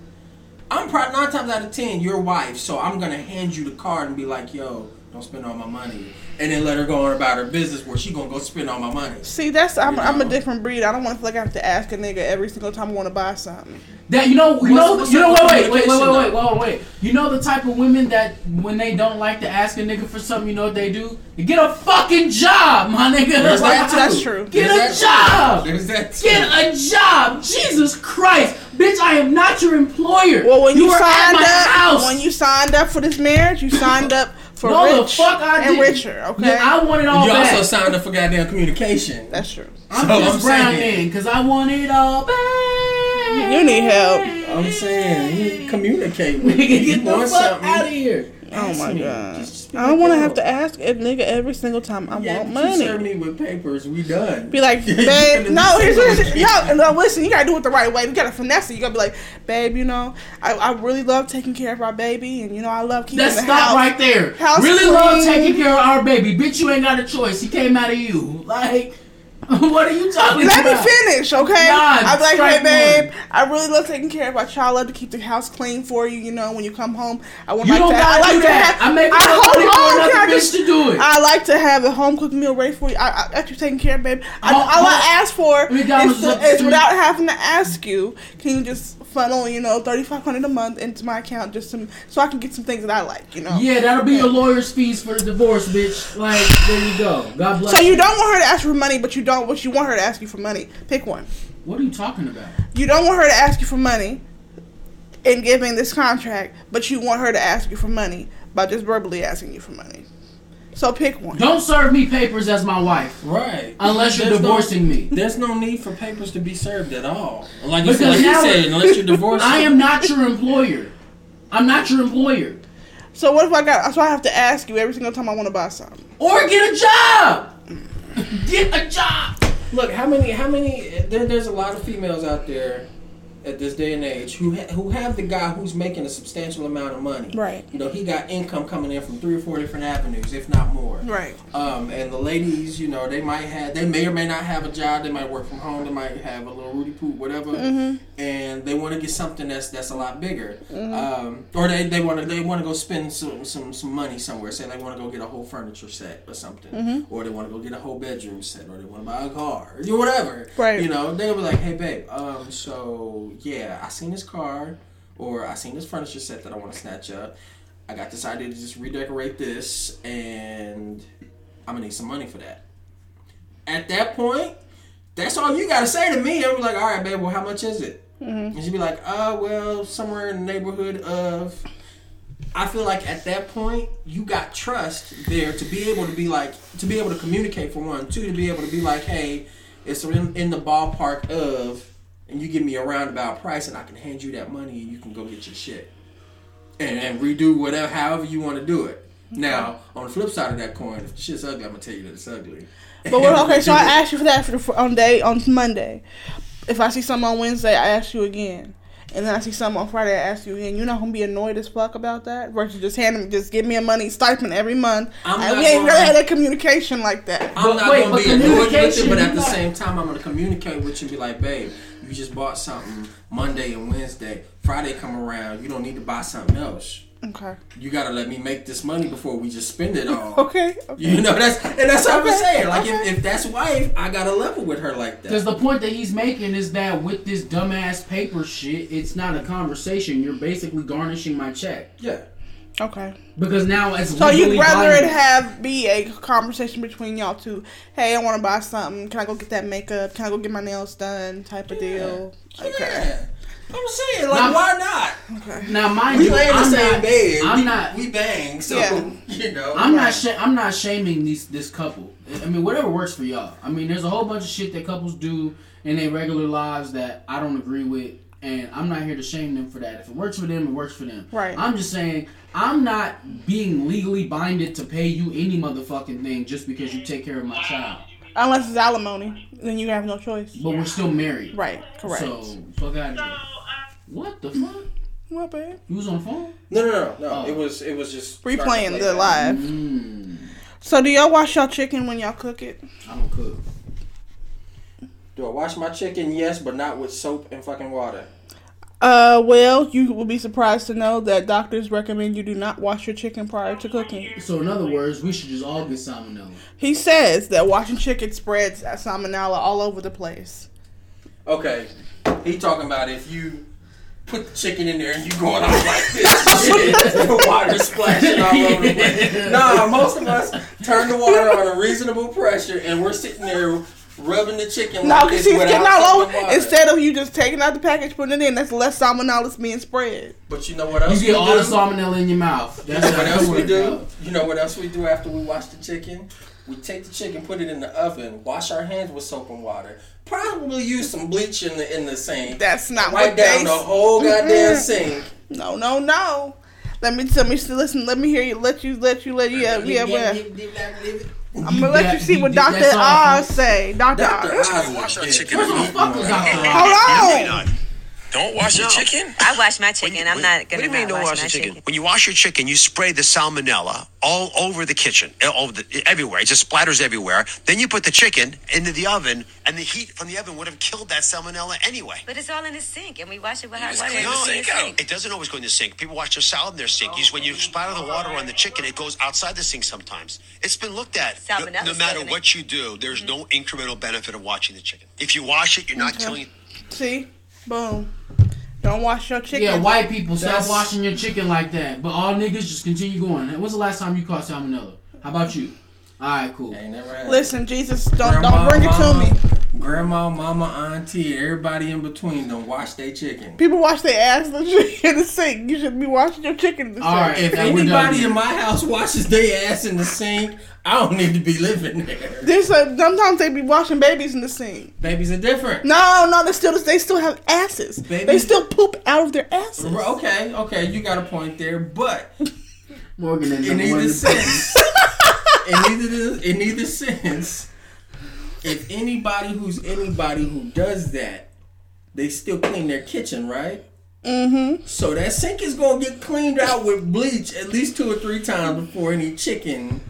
S5: I'm probably nine times out of ten your wife, so I'm gonna hand you the card and be like, "Yo, don't spend all my money," and then let her go on about her business where she gonna go spend all my money.
S3: See, that's I'm, I'm a
S5: know?
S3: different breed. I don't want to feel like I have to ask a nigga every single time I want to buy something.
S4: That you know, you know,
S5: what's
S4: you know.
S5: up
S4: Wait,
S5: with
S4: wait, wait, wait,
S5: communication,
S4: wait, wait,
S5: though?
S4: wait, wait. You know the type of women that when they don't like to ask a nigga for something, you know what they do? They get a fucking job, my nigga.
S5: There's
S3: That's-
S5: that
S3: that's
S5: too.
S3: true.
S4: Get
S5: There's
S4: a
S5: that
S4: job.
S5: too. There's that too.
S4: Get a job, Jesus Christ, bitch! I am not your employer.
S3: Well, when you,
S4: are at
S3: signed
S4: my
S3: up,
S4: house.
S3: when you signed up for this marriage, you signed up for
S4: no,
S3: rich
S4: the fuck I
S3: and
S4: did.
S3: richer. Okay,
S4: I want it all
S5: you
S4: back.
S5: also signed up for goddamn communication.
S3: that's true.
S4: I'm
S5: So
S4: just
S5: I'm
S4: brown
S5: saying-
S4: man because I want it all back.
S3: You need help.
S5: I'm saying, you communicate with me.
S4: Nigga,
S5: You
S4: get the
S5: want
S4: fuck
S5: something.
S4: out of here.
S3: Oh
S5: Ask
S3: my
S5: me.
S3: god,
S5: Just- just be
S3: I don't want to
S5: like,
S3: have
S5: "Yo,
S3: to ask a nigga every single time I
S5: yeah,
S3: want
S5: If you serve
S3: money.
S5: me with papers, we done.
S3: Be like,
S5: You finna
S3: babe,
S5: be
S3: no, here's
S5: single
S3: what
S5: with me.
S3: yo, no, listen, you gotta do it the right way. You gotta finesse it. You gotta be like, babe, you know, I, I really love taking care of our baby, and you know, I love keeping
S4: Let's
S3: the
S4: stop
S3: house.
S4: right there.
S3: house
S4: really love
S3: clean.
S4: taking care of our baby. Bitch, you ain't got a choice. He came out of you. Like, what are you talking
S3: Let
S4: about?
S3: me finish, okay?
S4: Nah,
S3: I'm like, hey,
S4: strike
S3: babe, I really love taking care of my child. I love to keep the house clean for you. You know, when you come home, I want
S4: You
S3: my
S4: don't
S3: dad-
S4: gotta
S3: I like
S4: do
S3: to
S4: that.
S3: have-
S4: I make
S3: I-
S4: enough
S3: hold
S4: money
S3: on, can
S4: for
S3: I
S4: another
S3: just-
S4: bitch to do it.
S3: I like to have a home cooked meal ready for you. I, I got you taken care of, babe. I,
S4: Home-
S3: all I
S4: home-
S3: ask for
S4: McDonald's
S3: is,
S4: is up
S3: to,
S4: the
S3: is
S4: street.
S3: without having to ask you, can you just funnel, you know, thirty five hundred a month into my account just to, so I can get some things that I like, you know.
S4: Yeah, that'll be your lawyer's fees for the divorce, bitch. Like, there you go. God bless.
S3: So you don't want her to ask for money, but you don't, but you want her to ask you for money. Pick one.
S4: What are you talking about?
S3: You don't want her to ask you for money in giving this contract, but you want her to ask you for money by just verbally asking you for money. So pick one.
S4: Don't serve me papers as my wife.
S5: Right.
S4: Unless you're
S5: There's no-
S4: divorcing me.
S5: There's no need for papers to be served at all. Like you
S4: Because
S5: said, like you
S4: now-
S5: said, unless you're divorced.
S4: I am not your employer. I'm not your employer.
S3: So what if I got? So I have to ask you every single time I want to buy something.
S4: Or get a job. Get a job.
S5: Look, how many, how many? There, there's a lot of females out there at this day and age who ha- who have the guy who's making a substantial amount of money.
S3: Right.
S5: You know, he got income coming in from three or four different avenues, if not more.
S3: Right.
S5: Um, and the ladies, you know, they might have, they may or may not have a job. They might work from home. They might have a little Rudy Poop, whatever. And they want to get something that's that's a lot bigger. Um, or they they want to they want to go spend some, some some money somewhere. Say they want to go get a whole furniture set or something, or they want to go get a whole bedroom set, or they want to buy a car, or whatever.
S3: Right.
S5: You know, they'll be like, hey babe, um, so yeah, I seen this car, or I seen this furniture set that I want to snatch up. I got this idea to just redecorate this, and I'm gonna need some money for that. At that point, that's all you gotta say to me. I'm like, all right, babe, well, how much is it?
S3: Mm-hmm.
S5: And she'd be like, uh, well, somewhere in the neighborhood of. I feel like at that point, you got trust there to be able to be like, to be able to communicate for one, two, to be able to be like, hey, it's in, in the ballpark of, and you give me a roundabout price, and I can hand you that money, and you can go get your shit and, and redo whatever, however you want to do it.
S3: Mm-hmm.
S5: Now, on the flip side of that coin, if the shit's ugly, I'm gonna tell you that it's ugly.
S3: But what, okay, so I asked you for that for the, for, on day on Monday. If I see something on Wednesday, I ask you again, and then I see something on Friday, I ask you again. You're not gonna be annoyed as fuck about that versus just handing, just give me a money stipend every month.
S5: I'm
S3: and
S5: not
S3: we ain't
S5: gonna-
S3: really had that communication like that.
S5: I'm
S4: But
S5: not
S4: wait,
S5: gonna
S4: but
S5: be annoyed with
S4: communication,
S5: you, but at the
S4: you
S5: same time, I'm gonna communicate with you and be like, babe, you just bought something Monday and Wednesday. Friday come around, you don't need to buy something else.
S3: Okay.
S5: You gotta let me make this money before we just spend it all.
S3: Okay. okay.
S5: You know that's and that's what I'm
S3: Okay,
S5: saying. Like
S3: okay.
S5: if, if that's wife, I gotta level with her like that.
S4: Because the point that he's making is that with this dumbass paper shit, it's not a conversation. You're basically garnishing my check.
S5: yeah.
S3: Okay.
S4: Because now it's
S3: So you'd
S4: legally
S3: rather it
S4: binding.
S3: have be a conversation between y'all two. Hey, I want to buy something. Can I go get that makeup? Can I go get my nails done? Type of deal. Okay.
S5: Yeah. I'm saying, like,
S4: Now-
S5: why not?
S4: now, mind
S5: We
S4: you,
S5: lay in the
S4: I'm
S5: same
S4: not,
S5: bed.
S4: I'm
S5: we,
S4: not.
S5: We bang. So
S3: Yeah.
S5: you know.
S4: I'm not. Sh- I'm not shaming these this couple. I mean, whatever works for y'all. I mean, there's a whole bunch of shit that couples do in their regular lives that I don't agree with, and I'm not here to shame them for that. If it works for them, it works for them.
S3: Right.
S4: I'm just saying I'm not being legally binded to pay you any motherfucking thing just because you take care of my child.
S3: Unless it's alimony, then you have no choice.
S4: But we're still married.
S3: Right. Correct.
S4: So fuck out of here. What the fuck?
S3: What, babe?
S4: You was on the phone?
S5: No, no, no, no.
S4: Oh.
S5: It was, it was just
S3: Replaying the
S5: starting
S3: live. So do y'all wash y'all chicken when y'all cook it?
S4: I don't cook.
S5: Do I wash my chicken? Yes, but not with soap and fucking water.
S3: Uh, well, you will be surprised to know that doctors recommend you do not wash your chicken prior to cooking.
S4: So in other words, we should just all get salmonella.
S3: He says that washing chicken spreads salmonella all over the place.
S5: Okay, he talking about if you put the chicken in there and you going out like this, shit, the water splashing all over the place. Nah, most of us turn the water on a reasonable pressure, and we're sitting there rubbing the chicken.
S3: No,
S5: like
S3: because
S5: this
S3: she's
S5: without
S3: getting all
S5: fucking
S3: over.
S5: water.
S3: Instead of you just taking out the package, putting it in, that's less salmonella being spread.
S5: But you know what else
S4: You get
S5: we
S4: all
S5: do?
S4: the salmonella in your mouth. That's
S5: You
S4: what
S5: know what else we
S4: I'm
S5: do? You know what else we do after we wash the chicken? We take the chicken, put it in the oven, wash our hands with soap and water. Probably use some bleach in the in the sink.
S3: That's not
S5: Wipe
S3: what they.
S5: down the whole goddamn sink.
S3: No, no, no. Let me tell me. Listen. Let me hear you. Let you. Let you. Let you. Yeah. Yeah. yeah. I'm gonna let you see what Doctor Oz say. Doctor
S5: Doctor
S3: Oz.
S5: Oz. is
S8: chicken.
S5: good.
S4: Fuck with Dr.
S3: Hold on.
S8: Don't wash your chicken.
S9: I wash my chicken. I'm not
S8: What
S9: gonna
S8: do you mean
S9: not
S8: don't wash
S9: my
S8: your chicken? When you wash your chicken, you spray the salmonella all over the kitchen, eh, all over the, everywhere. It just splatters everywhere. Then you put the chicken into the oven, and the heat from the oven would have killed that salmonella anyway.
S9: But it's all in the sink, and we wash it with hot water.
S8: No,
S9: and it's in the sink.
S8: it doesn't always go in the sink. People wash their salad in their sink. You just- when you splatter the water on the chicken, it goes outside the sink sometimes. It's been looked at. No-
S9: Salmonella's
S8: No, matter
S9: still in
S8: what you do, there's no incremental benefit of washing the chicken. If you wash it, you're not killing.
S3: See. Boom. Don't wash your chicken.
S4: Yeah, white people stop
S5: That's-
S4: washing your chicken like that. But all niggas just continue going. When's the last time you caught salmonella? How about you? All right, cool.
S5: Ain't never had it.
S3: Listen, Jesus. Don't don't
S5: Grandma,
S3: bring it to
S5: mama,
S3: me.
S5: Grandma, mama, auntie, everybody in between don't wash their chicken.
S3: People wash their ass legit in the sink. You should be washing your chicken in the sink.
S4: All right, if
S5: If
S4: that we're done
S5: anybody
S4: here.
S5: in my house washes their ass in the sink, I don't need to be living there.
S3: There's a, uh, sometimes they be washing babies in the sink.
S5: Babies are different.
S3: No, no, they still they still have asses. They
S5: Babies-
S3: still poop out of their asses.
S5: Okay, okay, you got a point there, but
S4: Morgan and
S5: in
S4: number one
S5: either
S4: defender.
S5: sense, in either in either sense, if anybody who's anybody who does that, they still clean their kitchen, right? Mm-hmm. So that sink is gonna get cleaned out with bleach at least two or three times before any chicken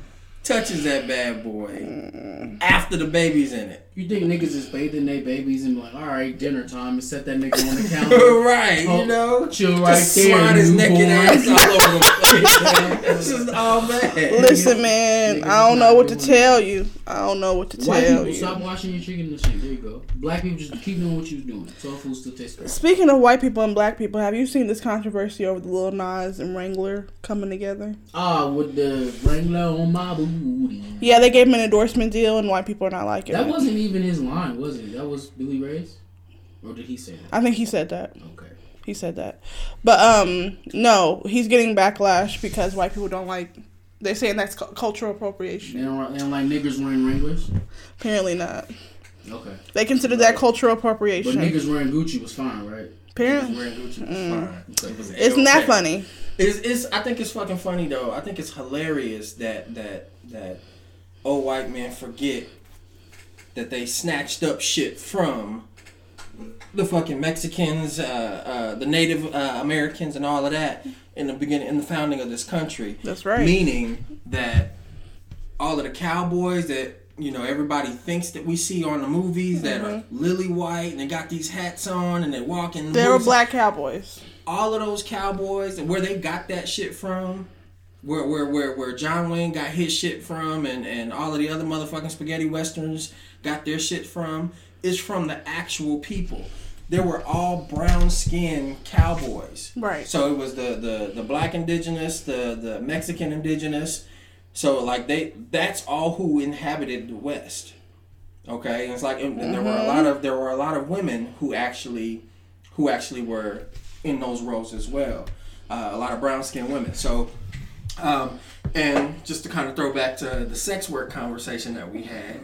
S5: touches that bad boy after the baby's in it.
S4: You think niggas is bathing their babies and be like, all right, dinner time, and set that nigga on the counter.
S5: right,
S4: Oh,
S5: you know,
S4: chill right
S5: Just
S4: there,
S5: Slide his
S4: newborn.
S5: naked ass all over the place. This is all bad.
S3: Listen, man, I don't know what to tell you. I don't know what to
S4: White
S3: tell
S4: people,
S3: you.
S4: stop washing your chicken in the sink. There you go. Black people, just keep doing what you're doing. Soul food still tastes good.
S3: Speaking of white people and black people, have you seen this controversy over the Lil Nas and Wrangler coming together?
S4: Ah, with the Wrangler on my booty.
S3: Yeah, they gave him an endorsement deal, and white people are not liking
S4: That
S3: it.
S4: wasn't even his line, was it? That was Billy Ray's? Or did he say that?
S3: I think he said that.
S4: Okay.
S3: He said that. But um, no, he's getting backlash because white people don't like. They're saying that's cu- cultural
S4: They
S3: appropriation.
S4: don't, they don't like niggas wearing Wranglers?
S3: Apparently not.
S4: Okay.
S3: They consider that cultural
S4: But
S3: appropriation.
S4: niggas wearing Gucci was fine, right?
S3: Apparently,
S5: Wearing Gucci was fine. It was
S3: isn't that
S5: okay.
S3: funny?
S5: It's, it's I think it's fucking funny though. I think it's hilarious that that that old white men forget that they snatched up shit from the fucking Mexicans, uh, uh, the Native uh, Americans, and all of that in the beginning, in the founding of this country.
S3: That's right.
S5: Meaning that all of the cowboys that you know everybody thinks that we see on the movies that are
S3: Mm-hmm.
S5: lily white and they got these hats on and they walk in. the
S3: They were
S5: movies
S3: black cowboys.
S5: all of those cowboys and where they got that shit from where where where, where john wayne got his shit from and and all of the other motherfucking spaghetti westerns got their shit from is from the actual people they were all brown skinned cowboys
S3: Right.
S5: so it was the the the black indigenous the the mexican indigenous so like they that's all who inhabited the west okay and it's like and, and there were a lot of there were a lot of women who actually who actually were in those roles as well uh, a lot of brown skinned women so um, and just to kind of throw back to the sex work conversation that we had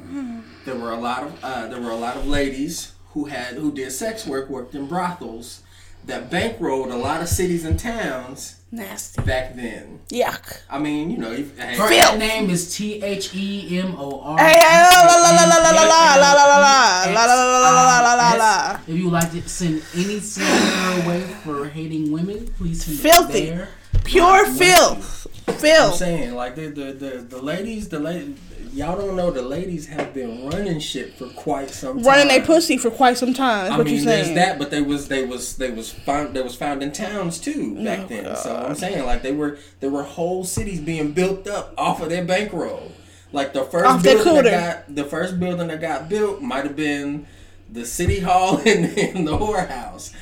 S5: there were a lot of uh, there were a lot of ladies who had who did sex work worked in brothels that bankrolled a lot of cities and towns
S3: Nasty.
S5: back then
S3: Yuck.
S5: i mean you know if,
S4: Her
S5: hey,
S4: Filth. name is T H E M O R.
S3: Hey, hey, la, la, la, la, la, la, la, la, la, la, la, la, la, la, la, la, la, la, la.
S4: If you would like to send any single away for hating women, please send
S3: Filthy.
S4: it there.
S3: Pure filth.
S5: I'm
S3: Filth.
S5: saying like the the the, the ladies the lady y'all don't know the ladies have been running shit for quite some time.
S3: Running their pussy for quite some time. is
S5: I
S3: what you
S5: mean, there's
S3: saying?
S5: that, but they was they was they was found they was found in towns too
S3: Oh,
S5: back then. So I'm saying like they were there were whole cities being built up off of their bankroll. Like the first
S3: Off their
S5: building
S3: cooter.
S5: that got the first building that got built might have been the city hall and, and the whorehouse.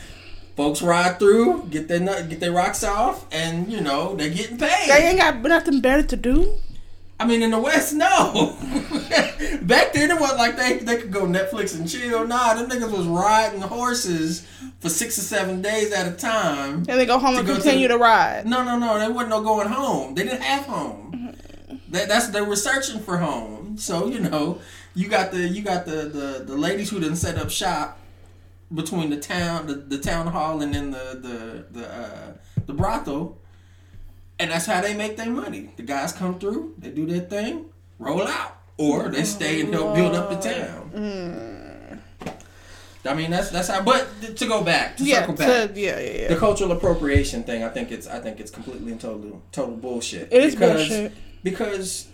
S5: Folks ride through, get their nut, get their rocks off, and you know they're getting paid.
S3: They ain't got nothing better to do.
S5: I mean, in the West, no. Back then, it was like they they could go Netflix and chill. Nah, them niggas was riding horses for six or seven days at a time.
S3: And they go home
S5: To
S3: and
S5: go to
S3: continue
S5: the-
S3: to ride.
S5: No, no, no. There wasn't no going home. They didn't have home. That, that's they were searching for home. So you know, you got the you got the the, the ladies who didn't set up shop between the town the, the town hall and then the the the uh, the brothel, and that's how they make their money. The guys come through, they do their thing, roll out, or they stay and help build up the town. I mean, that's that's how. But to go back, to
S3: Mm. Yeah,
S5: circle back,
S3: to- yeah, yeah,
S5: the
S3: yeah.
S5: cultural appropriation thing, I think it's I think it's completely and total total bullshit.
S3: It is bullshit.
S5: Because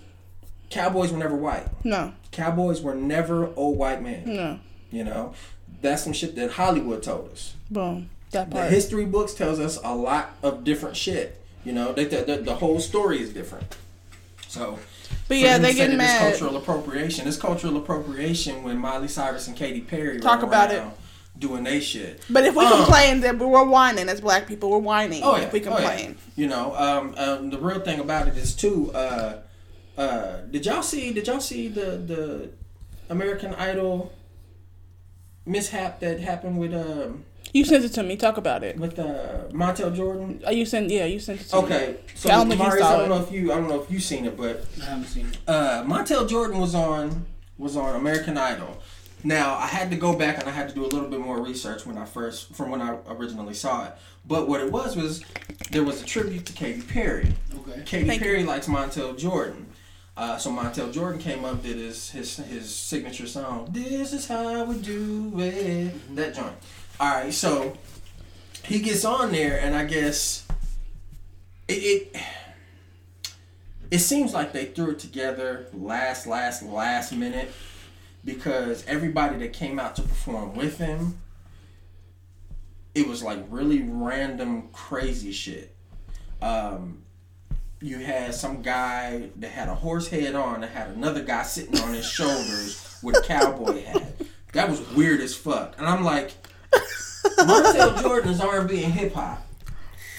S5: cowboys were never white.
S3: No,
S5: Cowboys were never old white men.
S3: no.
S5: You know, that's some shit that Hollywood told us.
S3: Boom. That
S5: The
S3: part.
S5: history books tells us a lot of different shit. You know, they, the, the, the whole story is different. So
S3: But
S5: for
S3: yeah,
S5: them to
S3: they
S5: say
S3: get
S5: that it's
S3: mad.
S5: Cultural appropriation. It's cultural appropriation when Miley Cyrus and Katy Perry
S3: Talk
S5: run
S3: about it.
S5: around doing they shit.
S3: But if we
S5: Um,
S3: complain, then we're whining as black people. We're whining
S5: Oh yeah,
S3: if we
S5: oh, yeah.
S3: complain.
S5: You know, um, um, the real thing about it is too. Uh, uh, did y'all see? Did y'all see the the American Idol mishap that happened with um
S3: You sent it to me. Talk about it.
S5: with uh, Montel Jordan?
S3: Uh, You sent, yeah, you sent it to me.
S5: Okay, so
S3: I don't think you
S5: Marius,
S3: saw
S5: I don't
S3: it.
S5: know if you I don't know if you seen it, but
S4: I haven't seen it.
S5: uh, Montel Jordan was on was on American Idol. Now I had to go back and I had to do a little bit more research when I first from when I originally saw it. But what it was was there was a tribute to Katy Perry.
S4: Okay.
S5: Katy
S3: Thank
S5: Perry likes Montel Jordan. Uh, so Montel Jordan came up did his, his his signature song. This is how we do it. That joint. All right, so he gets on there and I guess it, it it seems like they threw it together last, last, last minute because everybody that came out to perform with him, it was like really random, crazy shit. Um, you had some guy that had a horse head on that had another guy sitting on his shoulders with a cowboy hat. That was weird as fuck. And I'm like, Montel Jordan is R&B and hip hop.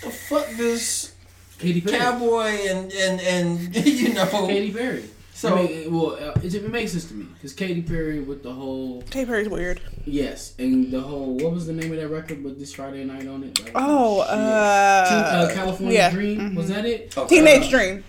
S5: The fuck this
S4: Katy Perry.
S5: cowboy and and and you know
S4: Katy Perry.
S5: So-
S4: So I mean, well, uh, it, it makes sense to me because Katy Perry with the whole
S3: Katy Perry's weird.
S4: yes and the whole what was the name of that record with this Friday night on it? That was-
S3: Oh,
S4: shit.
S3: uh,
S4: Teen- uh, California
S3: yeah.
S4: Dream was that it?
S5: Oh.
S3: Teenage Dream.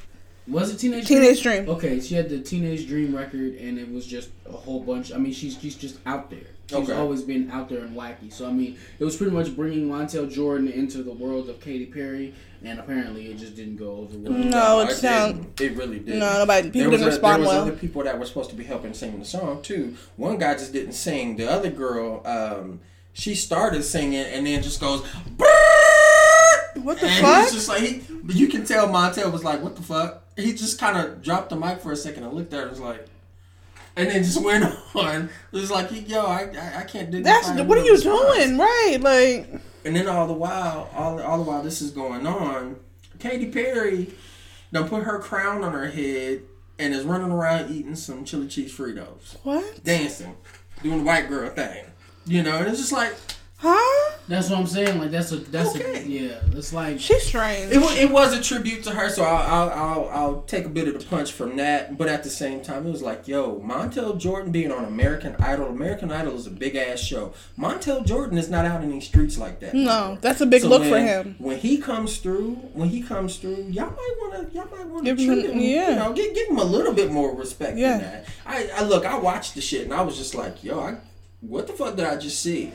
S4: Was it Teenage
S3: Teenage Dream.
S4: Okay, she had the Teenage Dream record, and it was just a whole bunch. I mean, she's she's just out there. She's
S5: Okay.
S4: always been out there and wacky. So I mean, it was pretty much bringing Montel Jordan into the world of Katy Perry, and apparently it just didn't go over well.
S3: No, it
S5: I
S3: sound-
S5: didn't. It really did.
S3: No, nobody- people didn't respond
S5: there was
S3: well.
S5: other people that were supposed to be helping sing the song too. One guy just didn't sing. The other girl, um, she started singing and then just goes. "Brrrr!"
S3: What the
S5: and
S3: fuck?
S5: It's just like he, but you can tell Montel was like, "What the fuck?" He just kind of dropped the mic for a second and looked at her and was like, and then just went on. It was like, "Yo, I, I, I can't do
S3: That's what are you doing, right? Like,
S5: And then all the while, all all the while this is going on, Katy Perry done put her crown on her head and is running around eating some chili cheese Fritos,
S3: what?
S5: dancing, doing the white girl thing. You know, and it's just like
S3: Huh?
S4: That's what I'm saying. Like that's a that's
S5: Okay.
S4: a yeah. It's like
S3: She's strange.
S5: it, wa- it was a tribute to her, so I'll, I'll I'll I'll take a bit of the punch from that. But at the same time, it was like, yo, Montel Jordan being on American Idol. American Idol is a big ass show. Montel Jordan is not out in these streets like that.
S3: no, Oh, that's a big
S5: So
S3: look for
S5: when-
S3: him.
S5: When he comes through, when he comes through, y'all might wanna y'all might wanna
S3: Give him
S5: treat
S3: an-
S5: him,
S3: yeah.
S5: you know, give, give him a little bit more respect
S3: Yeah.
S5: than that. I, I look, I watched the shit and I was just like, yo, I, what the fuck did I just see?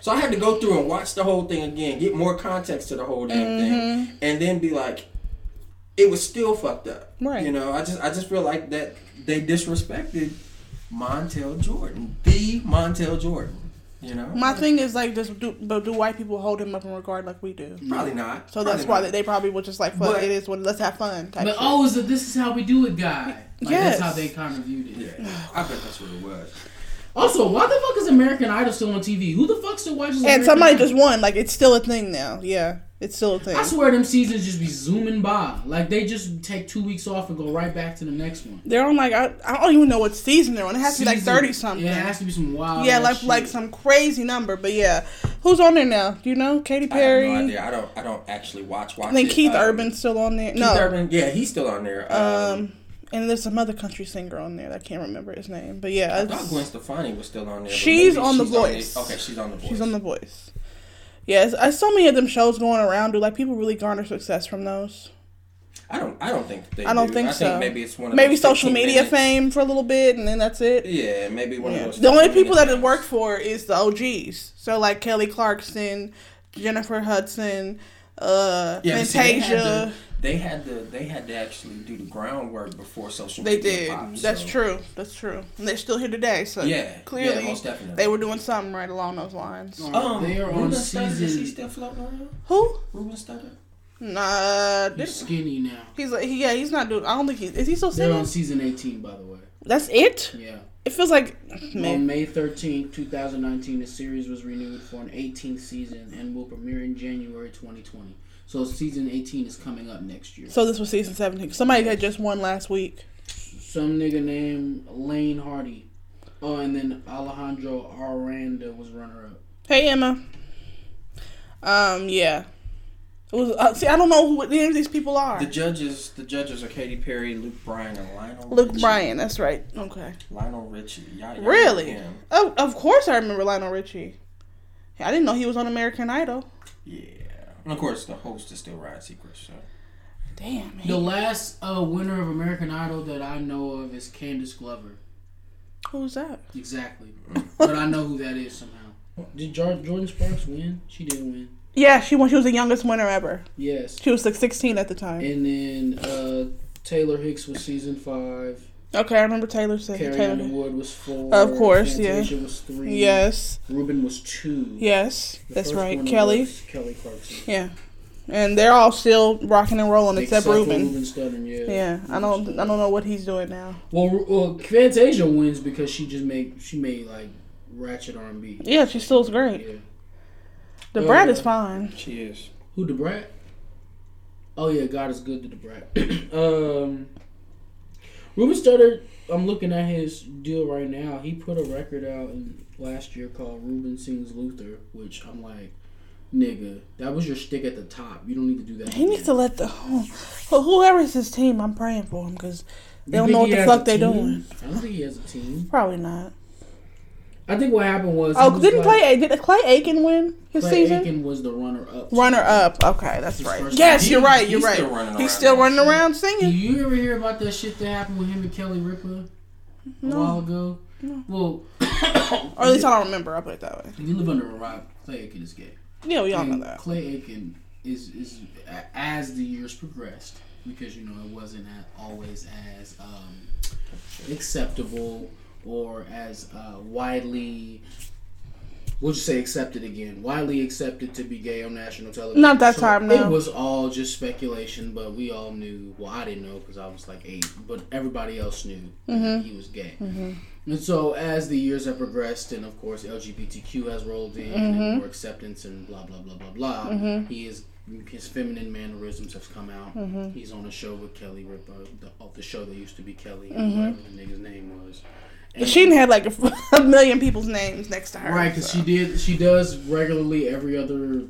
S5: So I had to go through and watch the whole thing again, get more context to the whole damn
S3: Mm-hmm.
S5: thing, and then be like, it was still fucked up.
S3: Right.
S5: You know, I just I just feel like that they disrespected Montel Jordan, the Montel Jordan. You know,
S3: My thing is like, does do, but do white people hold him up in regard like we do?
S5: probably not.
S3: Mm. So that's
S5: Probably
S3: why
S5: not.
S3: they probably were just like, "Fuck,
S5: But-
S3: it is what. Let's have fun." Type
S4: but
S3: shit.
S4: oh, is that this is how we do it, guy? Like
S3: Yes.
S4: that's how they kind of viewed it.
S5: Yeah, I bet that's what it was.
S4: Also, why the fuck is American Idol still on TV? Who the fuck still watches?
S3: and
S4: American
S3: somebody
S4: Idol?
S3: just won. Like, it's still a thing now. Yeah, it's still a thing.
S4: I swear them seasons just be zooming by. Like they just take two weeks off and go right back to the next one.
S3: They're on like I, I don't even know what season they're on. It has to be like
S4: Season-
S3: thirty something.
S4: Yeah, it
S3: Yeah,
S4: has to be some wild. ass
S3: like
S4: shit.
S3: like some crazy number. But yeah, who's on there now? Do you know? Katy Perry.
S5: I
S3: I,
S5: have no idea. I don't. I don't actually watch. Watch.
S3: think
S5: it.
S3: Keith
S5: Um,
S3: Urban's still on there.
S5: Keith
S3: no,
S5: Urban. Yeah, he's still on there. Um,
S3: And there's some other country singer on there. That I can't remember his name. But yeah,
S5: I thought
S3: it's-
S5: Gwen Stefani was still on there. but
S3: Um, She's
S5: maybe
S3: on The
S5: on
S3: Voice.
S5: the- okay, she's on the voice.
S3: she's on The Voice. Yes, I so many of them shows going around. Do like people really garner success from those?
S5: I don't. I don't think. They
S3: I don't
S5: do.
S3: think
S5: I
S3: so.
S5: Think maybe it's one. Of
S3: maybe
S5: those
S3: social
S5: 15
S3: media
S5: minutes.
S3: fame for a little bit, and then that's it.
S5: Yeah, maybe one
S3: Yeah.
S5: of those.
S3: The only
S5: 15
S3: people that
S5: minute
S3: it worked
S5: things.
S3: for is the OGs. So like Kelly Clarkson, Jennifer Hudson, uh,
S5: Yeah, see, they had
S3: Fantasia.
S5: to- They had to. They had to actually do the groundwork before social
S3: They
S5: media.
S3: did.
S5: popped,
S3: That's
S5: so-
S3: true. That's true. And they're still here today. So
S5: Yeah, yeah,
S3: clearly
S5: most definitely.
S3: they were doing something right along those lines.
S5: Um,
S4: they are on
S5: Ruben Studdard, is he
S4: season.
S5: still floating around?
S3: Who?
S5: Ruben Studdard?
S3: Nah,
S4: He's
S3: this,
S4: skinny now.
S3: he's like he, yeah, he's not doing. I don't think he is he still
S4: They're on
S3: singing.
S4: season 18, by the way.
S3: That's it.
S4: Yeah.
S3: It feels like
S4: On
S3: man.
S4: May 13, 2019, the series was renewed for an 18th season and will premiere in January 2020. So season 18 is coming up next year.
S3: So this was season seventeen. Somebody had just won last week.
S4: Some nigga named Lane Hardy. Oh, and then Alejandro Aranda was runner up.
S3: Hey Emma. Um yeah. It was, uh, see, I don't know who any of these people are.
S5: The judges. The judges are Katy Perry, Luke Bryan, and Lionel.
S3: Luke
S5: Richie.
S3: Bryan, that's right. Okay.
S5: Lionel Richie. Y'all- y'all know
S3: Really?
S5: him.
S3: Of, of course I remember Lionel Richie. I didn't know he was on American Idol.
S5: Yeah. And of course, the host is still Ryan Seacrest. So.
S3: Damn.
S4: The
S3: He,
S4: last uh, winner of American Idol that I know of is Candace Glover.
S3: who's that?
S4: Exactly. but I know who that is somehow. Did Jor- Jordan Sparks win? She did win.
S3: Yeah, she won. She was the youngest winner ever.
S4: Yes.
S3: She was like 16 at the time.
S4: And then uh, Taylor Hicks was season five.
S3: Okay, I remember Taylor said
S4: Carrie
S3: Taylor.
S4: Underwood was four.
S3: Of course, yeah.
S4: Fantasia was three.
S3: Yes,
S4: Ruben was two.
S3: yes,
S4: The
S3: that's
S4: first
S3: right.
S4: one
S3: Kelly.
S4: was Kelly Clarkson.
S3: Yeah, and they're all still rocking and rolling except
S4: for
S3: Ruben.
S4: Ruben Studdard, yeah.
S3: Yeah, I don't, I don't know what he's doing now.
S4: Well, Ru- well, Fantasia wins because she just made she made like ratchet R and B.
S3: Yeah, she still's great.
S4: Yeah.
S3: The
S4: Uh,
S3: Brad is fine.
S5: She is.
S4: Who the brat? Oh yeah, God is good to the brat. um, Ruben Studdard. I'm looking at his deal right now. He put a record out in last year called Ruben Sings Luther, which I'm like, nigga, that was your stick at the top. You don't need to do that.
S3: He needs to let the oh, wh- whoever's his team. I'm praying for him because they don't
S4: You
S3: know what
S4: think
S3: the
S4: he has a
S3: fuck they're
S4: team?
S3: doing.
S4: I don't think he has a team.
S3: Probably not.
S4: I think what happened was he
S3: Oh,
S4: was
S3: didn't
S4: like-
S3: Clay did Clay Aiken win his
S4: Clay
S3: season?
S4: Aiken was the runner up.
S3: Runner up. Okay, that's
S4: His
S3: right.
S4: first-
S3: Yes,
S5: He-
S3: you're right. You're
S5: he's
S3: right.
S5: still running
S3: he's
S5: around
S3: still
S5: now.
S3: running around
S4: Do
S3: singing.
S4: you ever hear about that shit that happened with him and Kelly Ripa a while ago? Well,
S3: Or at least I don't remember. I'll put it that way.
S4: if you live under a rock, Clay Aiken is gay.
S3: Yeah, we all know
S4: And
S3: that.
S4: Clay Aiken is is a- as the years progressed because you know it wasn't a- always as um, acceptable or as uh, widely. We'll just say accepted again. Widely accepted to be gay on national television.
S3: Not that time, no.
S4: It was all just speculation, but we all knew. Well, I didn't know because I was like eight, but everybody else knew that
S3: Mm-hmm.
S4: he was gay. And so, as the years have progressed, and of course LGBTQ has rolled in,
S3: Mm-hmm.
S4: and more acceptance, and blah blah blah blah blah, he is his feminine mannerisms have come out.
S3: Mm-hmm.
S4: He's on a show with Kelly Ripa, the, of the show that used to be Kelly,
S3: Mm-hmm.
S4: whatever the nigga's name was. And,
S3: She had like a, a million people's names next to her.
S4: right because she did she does regularly every other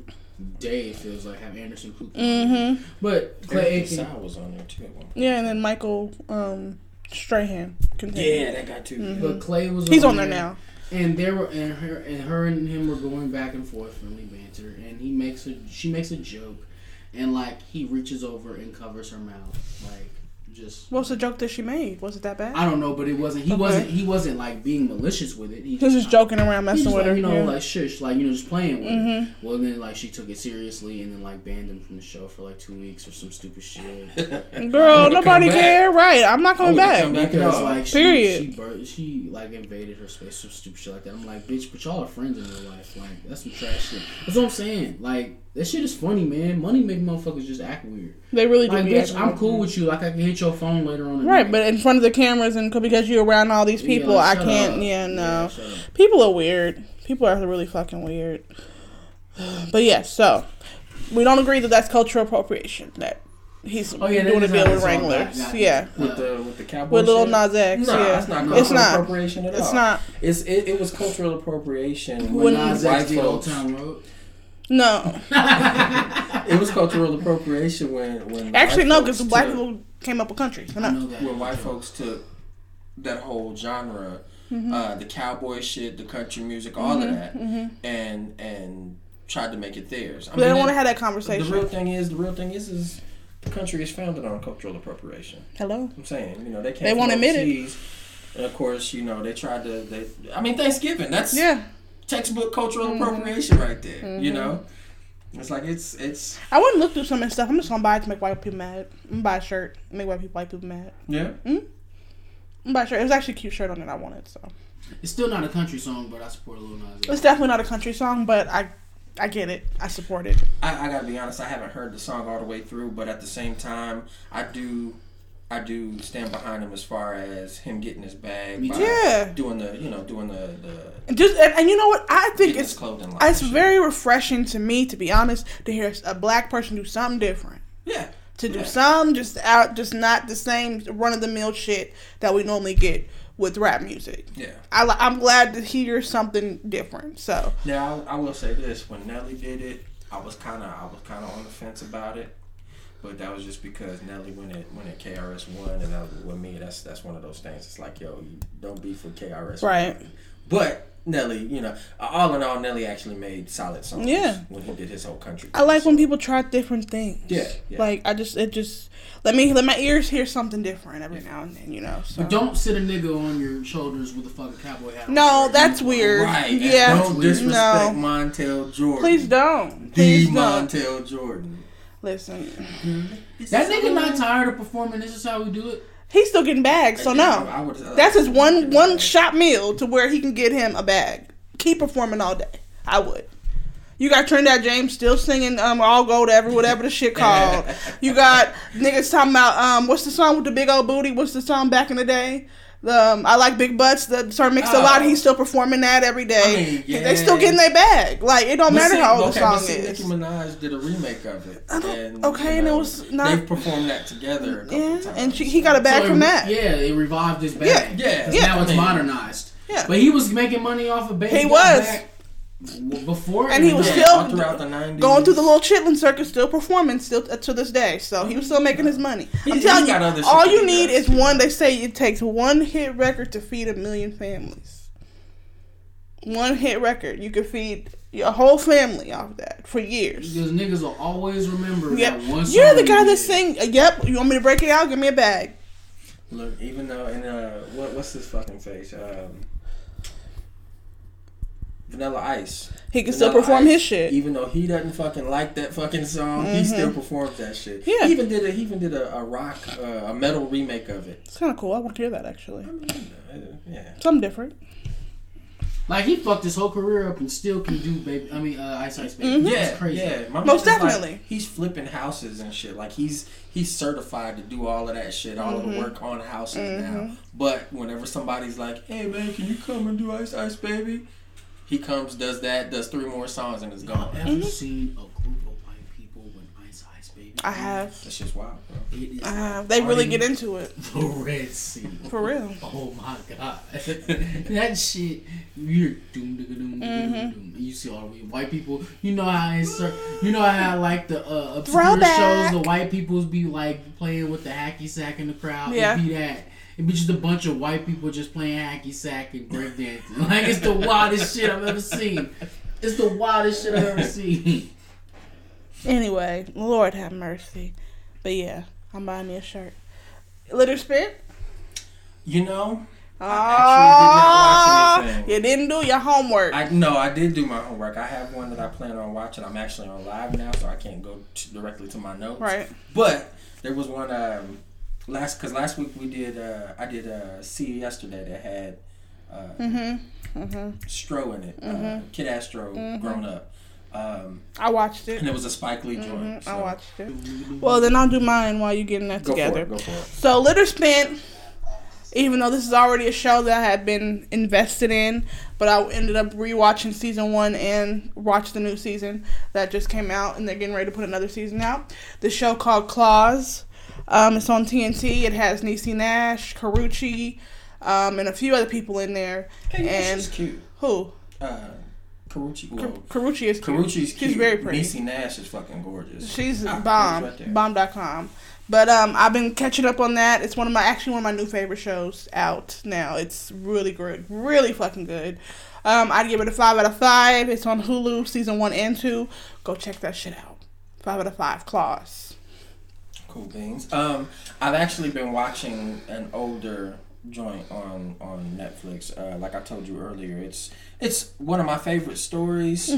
S4: day. It feels like have Anderson Cooper,
S3: Mm-hmm.
S4: but Clay
S5: Clay
S4: Aiken.
S5: Sal was on there too. at one point.
S3: Yeah, and then Michael um, Strahan. Continued.
S5: Yeah, that guy too.
S3: Mm-hmm.
S4: But Clay was
S3: He's on there now.
S4: And they were and her and her and him were going back and forth, friendly banter, and he makes a she makes a joke, and like he reaches over and covers her mouth, like just
S3: What's the joke that she made? Was it that bad?
S4: I don't know, but it wasn't he wasn't he wasn't like being malicious with it. He
S3: He was just joking around,
S4: he
S3: messing
S4: just,
S3: with
S4: like,
S3: her.
S4: you know,
S3: yeah.
S4: like shush, like you know, just playing with her.
S3: Mm-hmm.
S4: Well, then like she took it seriously and then like banned him from the show for like two weeks or some stupid shit.
S3: Girl, nobody
S5: come back.
S3: care. Right, I'm not coming
S5: would've
S3: back.
S5: come back.
S4: Because
S5: No.
S4: like she,
S3: Period.
S4: she bur- she like invaded her space, some stupid shit like that. I'm like, bitch, but y'all are friends in real life. Like that's some trash shit. That's what I'm saying. Like that shit is funny, man. Money make motherfuckers just act weird.
S3: They really do.
S4: Like
S3: be
S4: bitch,
S3: acting
S4: I'm
S3: like
S4: cool
S3: that.
S4: with you. Like I can hit your phone later on. in the
S3: Right,
S4: night.
S3: but in front of the cameras and c- because you're around all these
S4: Yeah,
S3: people, I
S4: shut
S3: can't.
S4: up.
S3: Yeah, no.
S4: shut up.
S3: People are weird. People are really fucking weird. But yeah, so we don't agree that that's cultural appropriation. That he's
S4: Oh, yeah, that
S3: doing a
S4: is
S3: deal
S4: how
S3: with
S4: it's all
S3: Wranglers.
S4: got- got-
S3: yeah,
S5: With the with the cowboy.
S3: with little
S5: shit?
S3: Nas X.
S5: Nah,
S3: yeah,
S5: it's not
S3: it's
S5: cultural
S3: not.
S5: appropriation at all.
S3: It's not.
S5: It's it, it was cultural appropriation
S3: When
S5: when,
S4: Nas
S5: white
S4: X did Old
S5: folks.
S4: Town Road.
S3: No,
S5: It was cultural appropriation when when
S3: actually,
S5: white
S3: no,
S5: folks
S3: because black
S5: took-
S3: people came up with countries.
S4: I know that.
S5: when white folks took that whole genre,
S3: Mm-hmm.
S5: uh, the cowboy shit, the country music, all of that, and and tried to make it theirs. I
S3: They don't
S5: mean,
S3: want to have that
S5: the
S3: conversation.
S5: real thing is the real thing is is the country is founded on cultural appropriation.
S3: Hello.
S5: I'm saying you know they can't.
S3: They won't admit it.
S5: And of course, you know they tried to. They, I mean, Thanksgiving. That's
S3: Yeah. Mm-hmm.
S5: textbook cultural appropriation right there. You know, it's like it's it's
S3: I wouldn't look through some of this stuff. I'm just gonna buy it to make white people mad. I'm gonna buy a shirt, and make white people white people mad.
S5: yeah.
S3: I'm gonna buy a shirt. It was actually a cute shirt on it I wanted, so
S4: It's still not a country song, but I support Lil Nas X.
S3: it's definitely not a country song, but I I get it. I support it.
S5: I, I gotta be honest, I haven't heard the song all the way through, but at the same time, I do, I do stand behind him as far as him getting his bag,
S4: Me
S5: by
S4: too.
S3: Yeah.
S5: doing the, you know, doing the, the
S3: And just and, and you know what? I think
S5: getting his
S3: it's
S5: clothing line.
S3: it's
S5: and shit.
S3: very refreshing to me, to be honest, to hear a black person do something different.
S5: yeah.
S3: to do
S5: Yeah.
S3: some just out just not the same run of the mill shit that we normally get with rap music.
S5: Yeah.
S3: I, li- I'm glad to hear something different. So
S5: Now I will say this: when Nelly did it, I was kind of, I was kind of on the fence about it, but that was just because Nelly went at when at KRS One, and that, with me, that's that's one of those things. It's like, yo, you don't beef with KRS.
S3: right,
S5: But Nelly, you know, all in all, Nelly actually made solid songs.
S3: Yeah.
S5: When he did his whole country.
S3: I like
S5: thing,
S3: when
S5: so-
S3: people try different things.
S5: Yeah, yeah.
S3: like I just it just let me let my ears hear something different every now and then. You know, so.
S4: But don't sit a nigga on your shoulders with a fucking cowboy hat. on.
S3: No, that's weird.
S5: Right. and
S3: Yeah,
S5: Don't disrespect
S3: no.
S5: Montel Jordan.
S3: Please don't.
S5: The
S3: Please don't.
S5: Montel Jordan.
S3: Listen,
S4: That nigga not tired of performing. This is how we do it.
S3: he's still getting bags, so
S5: I
S3: no.
S5: would, uh,
S3: That's his one one shot meal to where he can get him a bag. Keep performing all day. I would. You got Trinidad James still singing um all gold ever whatever the shit called. You got niggas talking about um what's the song with the big old booty? What's the song back in the day? The, um, I like big butts. The term mixed a lot.
S5: Oh.
S3: He's still performing that every day.
S5: I mean,
S3: They still
S5: yeah.
S3: getting their bag. Like it don't
S5: But
S3: matter
S5: see-
S3: how old the
S5: okay,
S3: song
S5: but see,
S3: is.
S5: Nicki Minaj did a remake of it.
S3: I don't-
S5: and,
S3: okay,
S5: you
S3: and it
S5: know,
S3: was not-
S5: They've performed that together. A couple
S3: yeah,
S5: times.
S3: and she, he got a bag
S4: So
S3: from
S4: it-
S3: that.
S4: Yeah, it revived his bag.
S5: Yeah,
S4: 'Cause
S5: yeah,
S4: Now
S5: I
S4: it's
S5: mean-
S4: modernized.
S3: Yeah.
S4: But he was making money off of baby.
S3: He was.
S4: before,
S3: And he
S4: even
S3: was
S4: that.
S5: Yeah, all
S3: still
S5: throughout the 90s.
S3: going through the little chitlin circuit, still performing, still to this day. So he was still making his money. I'm
S5: he's
S3: telling
S5: got other
S3: you,
S5: shit
S3: all
S5: to
S3: you
S5: do,
S3: need
S5: guys.
S3: is one. They say it takes one hit record to feed a million families. One hit record, you could feed your whole family off that for years.
S4: Because niggas will always remember
S3: Yep,
S4: that one song.
S3: you're the guy
S4: he
S3: that
S4: did.
S3: sing. uh, Yep, you want me to break it out? Give me a bag.
S5: Look, even though in uh, what what's his fucking face? Um, Vanilla Ice.
S3: He can still
S5: Vanilla
S3: perform
S5: Ice,
S3: his shit. Mm-hmm.
S5: Even though he doesn't fucking like that fucking song, he still performs that shit.
S3: Yeah.
S5: He even did a he even did a, a rock uh, a metal remake of it.
S3: It's kind of cool. I want to hear that actually.
S5: Uh, yeah.
S3: Something different.
S4: Like he fucked his whole career up and still can do baby. I mean, uh, Ice Ice
S3: Mm-hmm.
S4: Baby.
S5: Yeah,
S4: That's crazy.
S5: yeah. My
S3: Most
S5: man's like-
S3: definitely.
S5: he's flipping houses and shit. Like he's he's certified to do all of that shit, all
S3: Mm-hmm.
S5: of the work on houses now. But whenever somebody's like, "Hey man, can you come and do Ice Ice Baby?" He comes, does that, does three more songs, and it's
S4: Y'all
S5: gone.
S4: ever
S3: Mm-hmm.
S4: seen a group of white people when Ice Ice Baby?
S3: I have.
S5: That's just wild, bro.
S4: It is
S3: I have. They really get into it
S4: the Red Sea.
S3: for real.
S4: Oh my god, that shit! You're doom digga doom digga
S3: Mm-hmm.
S4: doom doom. You see all the white people. You know how it's, cer- you know how like the uh, obscure shows
S3: Throwback.
S4: the white people's be like playing with the hacky sack in the crowd.
S3: Yeah.
S4: It be that. It be just a bunch of white people just playing hacky sack and breakdancing. Like it's the wildest shit I've ever seen. It's the wildest shit I've ever seen.
S3: Anyway, Lord have mercy. But yeah, I'm buying me a shirt. Litter spit.
S5: You know,
S3: Oh,
S5: actually did not watch
S3: Ah,
S5: anything.
S3: you didn't do your homework.
S5: I no, I did do my homework. I have one that I plan on watching. I'm actually on live now, so I can't go to, directly to my notes.
S3: Right.
S5: But there was one um, last because last week we did uh, I did uh, see yesterday that had uh,
S3: Mm-hmm,
S5: Stro in it, uh, Kid Astro grown up, um,
S3: I watched
S5: and
S3: it.
S5: it was a Spike Lee joint.
S3: Mm-hmm,
S5: so
S3: I watched it. Well, then I'll do mine while you're getting that
S5: Go
S3: together.
S5: for it. Go for it.
S3: So Litter Spent, even though this is already a show that I had been invested in, but I ended up rewatching season one and watched the new season that just came out, and they're getting ready to put another season out. The show called Claws. Um, it's on TNT. It has Niecy Nash, Carucci, um, and a few other people in there.
S5: And she's
S3: and
S5: cute.
S3: who?
S5: Uh, Karuchi. Well,
S3: Carucci is cute.
S5: Karuchi's cute.
S3: She's very pretty.
S5: Niecy Nash is fucking gorgeous.
S3: She's
S5: Ah,
S3: bomb.
S5: right there.
S3: bomb.com. But um, I've been catching up on that. It's one of my actually one of my new favorite shows out now. It's really good, really fucking good. Um, I'd give it a five out of five. It's on Hulu, season one and two. Go check that shit out. Five out of five. Claws.
S5: Cool things. Um, I've actually been watching an older joint on on Netflix. Uh, like I told you earlier, it's it's one of my favorite stories.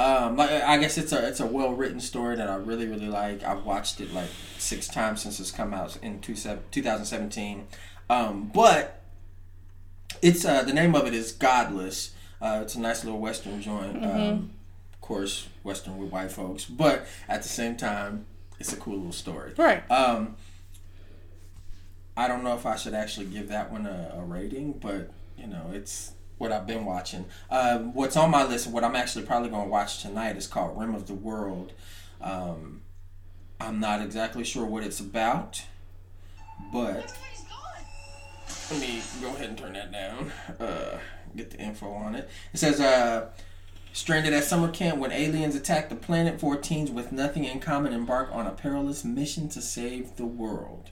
S5: Um, like I guess it's a it's a well written story that I really really like. I've watched it like six times since it's come out in two, sev- 2017. Um, but it's uh, the name of it is Godless. Uh, it's a nice little Western joint. Um, of course, Western with white folks, but at the same time, it's a cool little story.
S3: Right.
S5: Um, I don't know if I should actually give that one a, a rating, but you know, it's what I've been watching. Uh, what's on my list, what I'm actually probably going to watch tonight, is called Rim of the World. Um, I'm not exactly sure what it's about, but let me go ahead and turn that down. Uh, get the info on it. It says, uh, stranded at summer camp when aliens attack the planet, four teens with nothing in common embark on a perilous mission to save the world.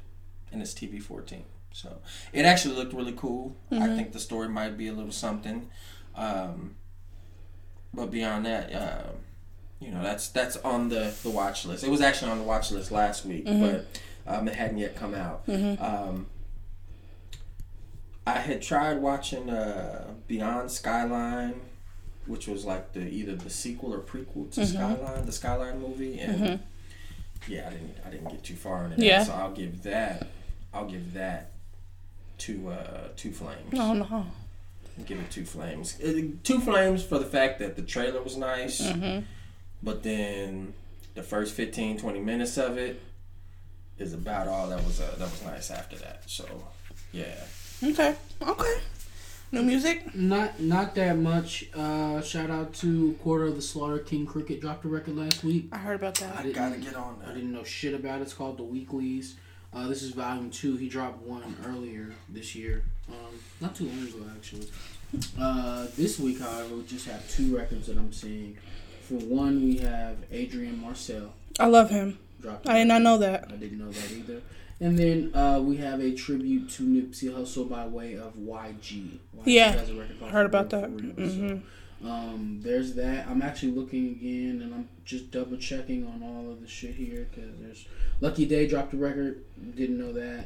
S5: And it's TV 14. So it actually looked really cool. I think the story might be a little something. Um, but beyond that, uh, you know, that's that's on the, the watch list. It was actually on the watch list last week,
S3: Mm-hmm.
S5: but um, it hadn't yet come out. Um, I had tried watching uh, Beyond Skyline, which was like the either the sequel or prequel
S3: Mm-hmm.
S5: to Skyline, the Skyline movie, and yeah, I didn't I didn't get too far into that.
S3: Yeah.
S5: So I'll give that I'll give that to uh, two flames.
S3: Oh no.
S5: Give it two flames. Uh, Two flames for the fact that the trailer was nice,
S3: Mm-hmm.
S5: but then the first 15, 20 minutes of it is about all that was uh, that was nice after that. So yeah.
S3: Okay. Okay. New music.
S4: Not not that much. Uh, shout out to Quarter of the Slaughter. King Cricket dropped a record last week.
S3: I heard about that.
S5: I gotta get on
S4: I
S5: that.
S4: didn't know shit about it. It's called The Weeklies. Uh, this is volume two. He dropped one earlier this year. Um, not too long ago, actually. Uh, this week, however, we just have two records that I'm seeing. For one, we have Adrian Marcel.
S3: I love him.
S4: Dropped a
S3: I did not
S4: record.
S3: know that.
S4: I didn't know that either. And then uh, we have a tribute to Nipsey Hussle by way of YG. YG
S3: Yeah,
S4: has a record called
S3: heard
S4: For
S3: about
S4: Real,
S3: that. Mm-hmm.
S4: For Real, so, um, there's that. I'm actually looking again, and I'm just double checking on all of the shit here because there's Lucky Day dropped a record. Didn't know that.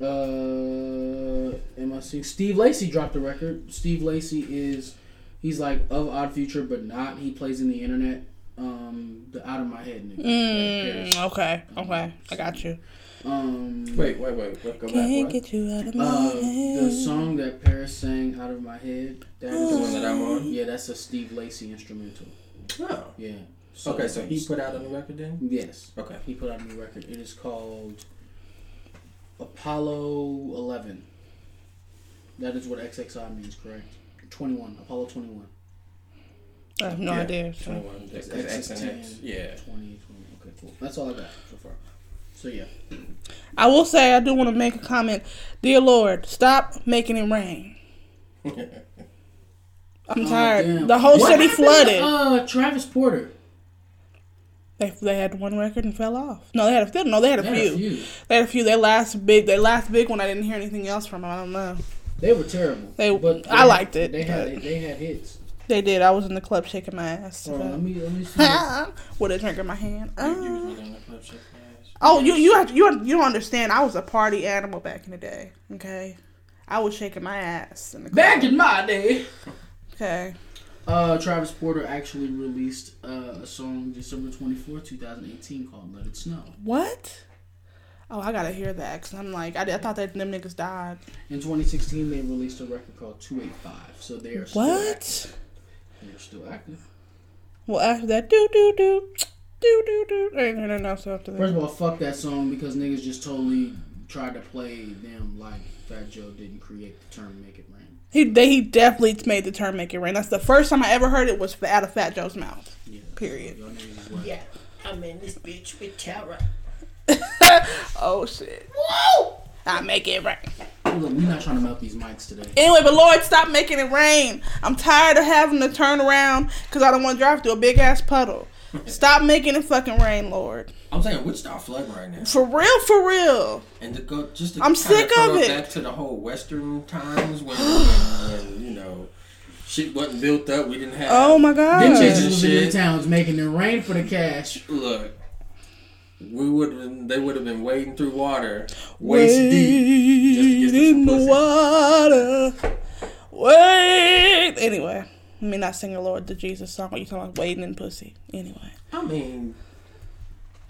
S4: Uh, am I seeing Steve Lacy dropped a record? Steve Lacy is he's like of Odd Future, but not. He plays in the internet. Um, the out of my head nigga. Paris.
S3: Mm, okay. Okay. I got you.
S4: Um,
S5: Wait, wait, wait. wait go back.
S3: Can't
S5: What?
S3: get you out of my
S4: uh, the
S3: head.
S4: song that Paris sang out of my head. That is
S5: The one that I'm on?
S4: Yeah, that's a Steve Lacy instrumental.
S5: Oh.
S4: Yeah. So,
S5: Okay, so he put out a new record then?
S4: Yes,
S5: Okay.
S4: he put out a new record. It is called Apollo Eleven. That is what XXI means, correct? Twenty one. Apollo twenty one.
S3: I have no
S5: yeah.
S3: idea.
S5: Twenty
S3: So.
S5: one.
S4: That's
S5: That's X and X. Yeah.
S4: 20, 21. Okay, cool. That's all I got so far. So yeah.
S3: I will say I do want to make a comment. Dear Lord, stop making it rain. I'm tired.
S4: Oh, damn.
S3: the whole
S4: What
S3: city
S4: happened to,
S3: flooded.
S4: Uh, Travis Porter.
S3: They, they had one record and fell off. No, they had a few. No, they had a,
S4: They
S3: few.
S4: had a few.
S3: They had a few. Their last big, their last big one. I didn't hear anything else from them. I don't know.
S4: They were terrible.
S3: They-
S4: but
S3: I liked it,
S4: They had
S3: but-
S4: they had hits.
S3: They did. I was in the club shaking my ass Uh,
S4: Hold on, let me let me see.
S3: with a drink in my hand.
S5: You was
S3: Ah.
S5: really in the club shaking ass.
S3: Oh, you you have, you you don't understand. I was a party animal back in the day. Okay, I was shaking my ass in the club.
S4: Back in my day,
S3: Okay,
S4: uh, Travis Porter actually released uh, a song December twenty fourth, two thousand eighteen, called "Let It Snow."
S3: what? Oh, I gotta hear that because I'm like, I, I thought that them niggas died.
S4: In twenty sixteen, they released a record called Two Eight Five. So they are still active.
S3: What?
S4: They're still active.
S3: Well, after that, do do do, do do do. I ain't heard nothing else after
S4: First
S3: that.
S4: of all, fuck that song because niggas just totally tried to play them like Fat Joe didn't create the term "make it rain."
S3: He they, he definitely made the term "make it rain." That's the first time I ever heard it was out of Fat Joe's mouth.
S4: Yeah.
S3: Period.
S4: Y'all niggas is like,
S10: Yeah, I'm in this bitch with Tara.
S3: Oh shit. I make it rain.
S4: look, we're not trying to melt these mics today.
S3: Anyway, but Lord, stop making it rain. I'm tired of having to turn around because I don't want to drive through a big ass puddle. Stop making it fucking rain, Lord.
S5: I'm saying Wichita flooding right now,
S3: For real, for real.
S5: and to go just to
S3: I'm
S5: kinda
S3: sick of
S5: throw
S3: it.
S5: Back to the whole Western times when, when, when, you know shit wasn't built up. We didn't have.
S3: Oh my
S5: Them
S3: god.
S5: shits
S4: Bitches
S5: and
S4: was in their
S5: shit.
S4: towns making it rain for the cash.
S5: Look, we would they would have been wading through water waist deep just to get to
S3: in
S5: some
S3: the
S5: pussy.
S3: water. Wait. Anyway, let me not sing the Lord the Jesus song. What you talking about? Waiting in pussy. Anyway.
S5: I mean,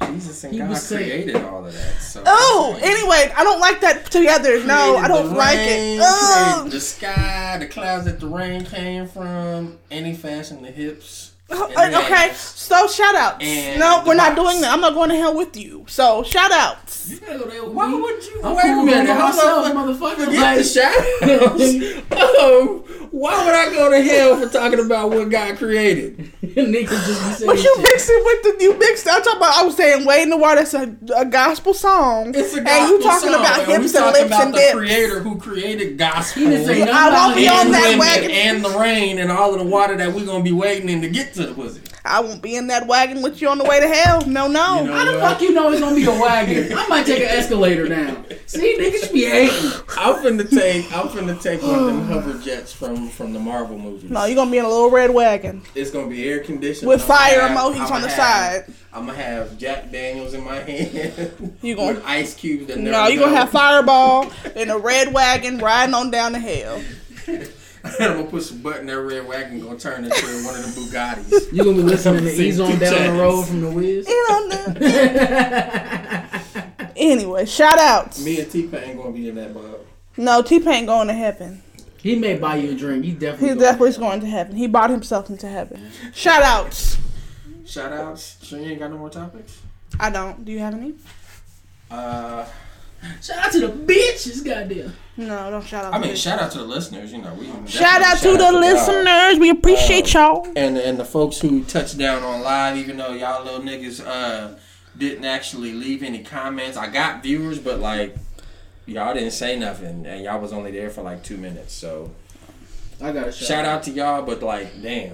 S5: Jesus and
S4: He
S5: God
S4: was saying-
S5: created all of that. So
S3: Oh.
S5: I mean,
S3: Anyway, I don't like that together. No,
S5: created
S3: I don't
S5: the
S3: like
S5: rain,
S3: it. Oh.
S5: created The sky, the clouds that the rain came from, and he fashioned the hips. and the
S3: Oh, uh, Okay,
S5: ass.
S3: so shout outs.
S5: And
S3: No,
S5: the
S3: we're not
S5: box.
S3: doing that. I'm not going to hell with you. So shout outs.
S4: You gotta go there with
S5: Why
S4: me.
S5: would you?
S4: I'm
S5: wait a
S4: cool
S5: minute.
S4: by myself,
S5: Hold on.
S4: motherfucker.
S5: Forget the
S4: Like,
S5: shadows. oh, why would I go to hell for talking about what God created?
S4: niggas just be saying
S3: But you
S4: shit.
S3: mixed it with the you mixed. I'm talking about. I was saying "Way in the Water." That's a, a gospel song.
S5: It's a gospel
S3: And you talking
S5: song,
S3: about
S5: and we
S3: hips and
S5: talking
S3: lips
S5: about
S3: and
S5: the
S3: dips.
S5: creator who created gospel.
S4: He didn't say nothing
S3: I won't be
S4: about
S3: on
S5: and
S4: it.
S3: that
S5: women
S3: wagon.
S5: and the rain and all of the water that we're gonna be waiting in to get to the pussy.
S3: I won't be in that wagon with you on the way to hell. No, no.
S5: You know
S4: How the
S5: what?
S4: fuck you know it's gonna be a wagon? I might take an escalator now. See, niggas be hating.
S5: I'm finna take I'm finna take one of them hover jets from from the Marvel movies.
S3: no, you're gonna be in a little red wagon
S5: it's gonna be air conditioned
S3: with
S5: I'ma
S3: fire
S5: have-
S3: emojis
S5: I'ma
S3: on the
S5: have-
S3: side.
S5: I'm gonna have Jack Daniels in my hand.
S3: You gonna-
S5: with ice cubes? That
S3: No,
S5: never
S3: you're gonna
S5: melt.
S3: have fireball in a red wagon riding on down to hell.
S5: I'm gonna put some butt in that red wagon. Gonna turn into one of them Bugattis.
S4: You gonna be listening to
S5: Seen
S4: Ease on
S5: two
S4: down
S5: times.
S4: the road from the Wiz?
S3: You know. no. anyway, shout outs.
S5: Me and T Pain gonna be in that bug.
S3: No, T Pain going to heaven.
S4: He may buy you a drink. He definitely.
S3: He
S4: gonna-
S3: definitely is going to heaven. He bought himself into heaven. Shout outs.
S5: Shout outs. Sure you ain't got no more topics.
S3: I don't. Do you have any?
S5: Uh,
S4: Shout out to the bitches, goddamn.
S3: No, don't shout out.
S5: I
S3: to
S5: mean,
S3: me.
S5: shout out to the listeners. You know, we
S3: shout out to the listeners. We
S5: Um,
S3: appreciate y'all.
S5: and and the folks who touched down on live, even though y'all little niggas uh didn't actually leave any comments. I got viewers, but like y'all didn't say nothing, and y'all was only there for like two minutes. So
S4: I got a shout,
S5: shout out to y'all, but like damn,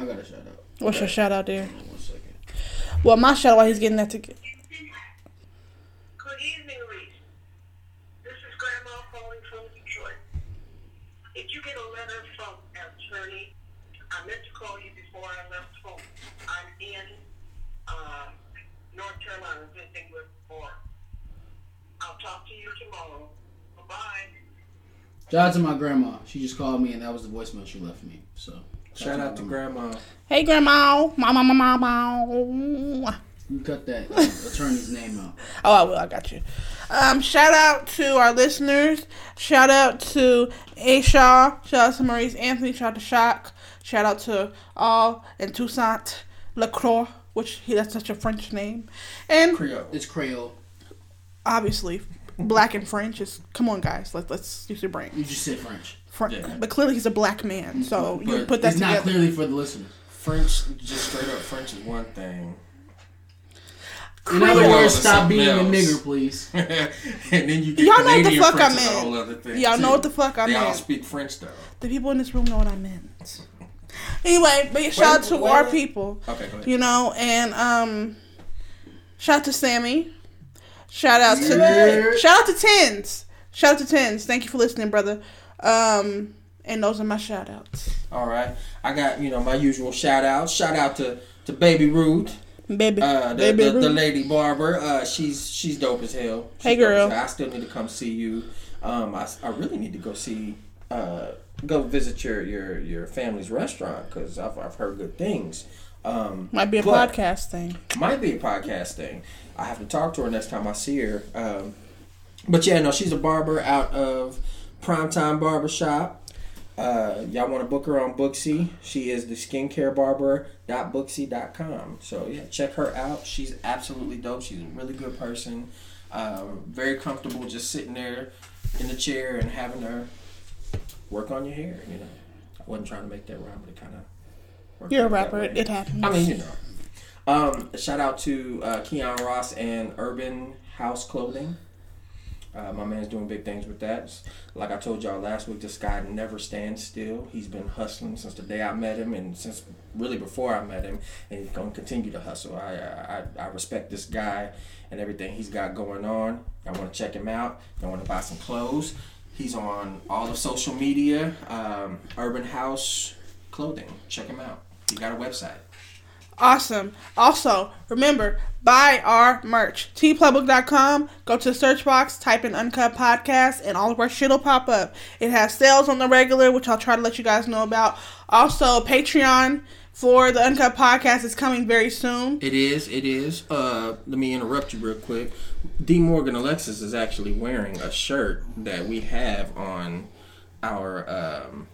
S4: I got a shout out.
S3: What's your shout out there?
S4: One second.
S3: Well, my shout out while he's getting that ticket.
S6: Good evening, Reese. This is Grandma calling from Detroit. Did you get a letter from an attorney? I meant to call you before I left home. I'm in uh, North Carolina visiting with Laura. I'll talk to you tomorrow. Bye-bye.
S4: Shout out to my grandma. She just called me, and that was the voicemail she left me. So
S5: shout out to Grandma.
S3: Hey, grandma, mama, mama, mama.
S4: You cut that uh, attorney's name out.
S3: Oh, I will. I got you. Um, shout out to our listeners. Shout out to A. Shaw. Shout out to Maurice Anthony. Shout out to Shock. Shout out to all and Toussaint Lacroix, which he, that's such a French name. And
S5: Creole.
S4: It's Creole.
S3: obviously, black and French is come on, guys. Let let's use your brain.
S4: You just said French.
S3: French,
S5: Yeah.
S3: but clearly he's a black man, so you
S5: But
S3: put that
S4: That's
S3: together.
S4: not clearly for the listeners.
S5: French, just straight up French is one thing.
S4: In other
S5: Creole
S4: words,
S5: is
S4: stop
S5: something
S4: being a
S5: else.
S4: nigger, please.
S5: and then you get
S3: Y'all know what the
S5: Canadian
S3: fuck
S5: French
S3: I
S5: is a
S3: meant.
S5: whole other thing,
S3: Y'all know
S5: too.
S3: what the fuck I
S5: They all
S3: meant.
S5: speak French though.
S3: The people in this room know what I meant. Anyway, big shout out to
S5: wait.
S3: our people.
S5: Okay, go ahead.
S3: You know, and um, shout out to Sammy. Shout out to shout out to Tens. Shout out to Tens. Thank you for listening, brother. Um, and those are my shout outs.
S5: All right, I got you know my usual shout out. Shout out to to Baby Rude.
S3: Baby,
S5: Uh, the,
S3: baby,
S5: the, the
S3: Ruth.
S5: lady barber, uh, she's she's dope as hell. She's
S3: Hey,
S5: dope as
S3: girl.
S5: hell. I still need to come see you. Um, I, I really need to go see, uh, go visit your your your family's restaurant because I've I've heard good things. Um,
S3: might be a
S5: but-
S3: podcast thing.
S5: might be a podcast thing. I have to talk to her next time I see her. Um, but yeah, no, she's a barber out of Primetime Barbershop. Uh, y'all want to book her on Booksy? She is the skincare barber.booksy.com. So yeah, check her out. She's absolutely dope. She's a really good person. Um, very comfortable just sitting there in the chair and having her work on your hair. You know, I wasn't trying to make that rhyme, but it kind of.
S3: You're a rapper. It, it happens.
S5: I mean, you know. Um, shout out to uh, Keon Ross and Urban House Clothing. Uh, my man's doing big things with that. Like I told y'all last week, this guy never stands still. He's been hustling since the day I met him, and since really before I met him, and he's gonna continue to hustle. I I, I- I respect this guy and everything he's got going on. I want to check him out. I want to buy some clothes. He's on all of social media. Um, Urban House Clothing. Check him out. He got a website.
S3: Awesome. Also, remember, buy our merch. tplaybook.com. Go to the search box, type in Uncut Podcast, and all of our shit will pop up. It has sales on the regular, which I'll try to let you guys know about. Also, Patreon for the Uncut Podcast is coming very soon.
S5: It is. It is. Uh, let me interrupt you real quick. D Morgan Alexis is actually wearing a shirt that we have on our um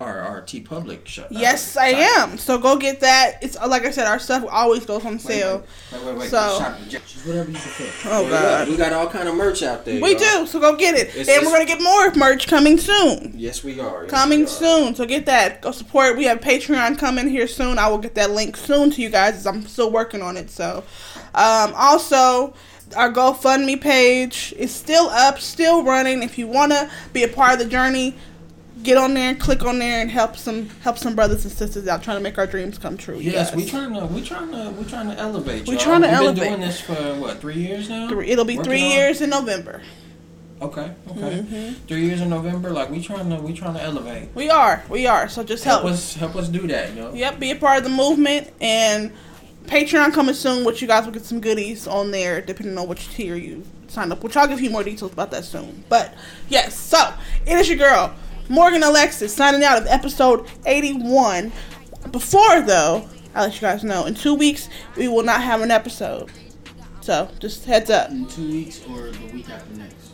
S5: our our T Public uh, show.
S3: Yes, I am. So go get that. It's like I said, our stuff always goes on sale.
S5: Wait, wait, wait.
S3: So-
S5: Shop rejections, whatever you prefer.
S3: Oh,
S5: we
S3: God.
S5: Got, we got all kind of merch out there.
S3: We
S5: y'all.
S3: do, so go get it.
S5: It's-
S3: and
S5: it's-
S3: we're going to get more merch coming soon.
S5: Yes, we are. Yes, we
S3: coming
S5: are.
S3: soon. So get that. Go support. We have Patreon coming here soon. I will get that link soon to you guys. as I'm still working on it. So, um, also our GoFundMe page is still up, still running. If you wanna be a part of the journey, get on there, click on there, and help some help some brothers and sisters out trying to make our dreams come true. you
S5: Yes,
S3: guys.
S5: we trying to we trying to we trying to elevate.
S3: We
S5: y'all.
S3: tryna
S5: We've
S3: elevate.
S5: Been doing this for what three years now?
S3: Three- It'll be
S5: Working
S3: three
S5: on-
S3: years Mm-hmm. in November.
S5: Okay, okay. Three years in November. Like we trying to we trying to elevate.
S3: We are, we are. So just help,
S5: Help us help us do that, yo.
S3: Yep, be a part of the movement and Patreon coming soon, which you guys will get some goodies on there depending on which tier you sign up, which I'll give you more details about that soon. But yes, so it is your girl, Morgan Alexis, signing out of episode 81. Before though, I'll let you guys know, in two weeks we will not have an episode. So just heads up.
S4: In two weeks or the week after next?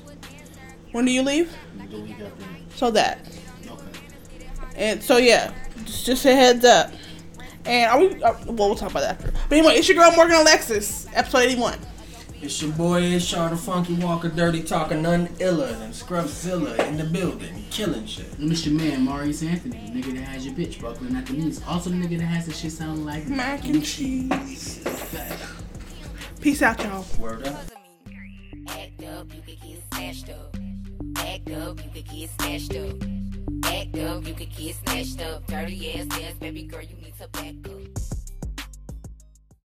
S3: When do you leave?
S4: The week after next.
S3: So that.
S4: Okay.
S3: And so yeah, just, just a heads up. And are we? Are, well, we'll talk about that after. But anyway, it's your girl Morgan Alexis, episode eighty-one.
S5: It's your boy, it's y'all, the Funky Walker, dirty talker, none iller than Scrubzilla in the building, killing shit.
S4: And it's your man, Maurice Anthony, the nigga that has your bitch buckling at the knees. Also, the nigga that has the shit sound like
S3: Mac and cheese. Peace out, y'all.
S5: Word up.
S1: Act up, you could get snatched up. Act up, you could get snatched up. Act up, you could get snatched up. Dirty ass ass, baby girl, you need to back up.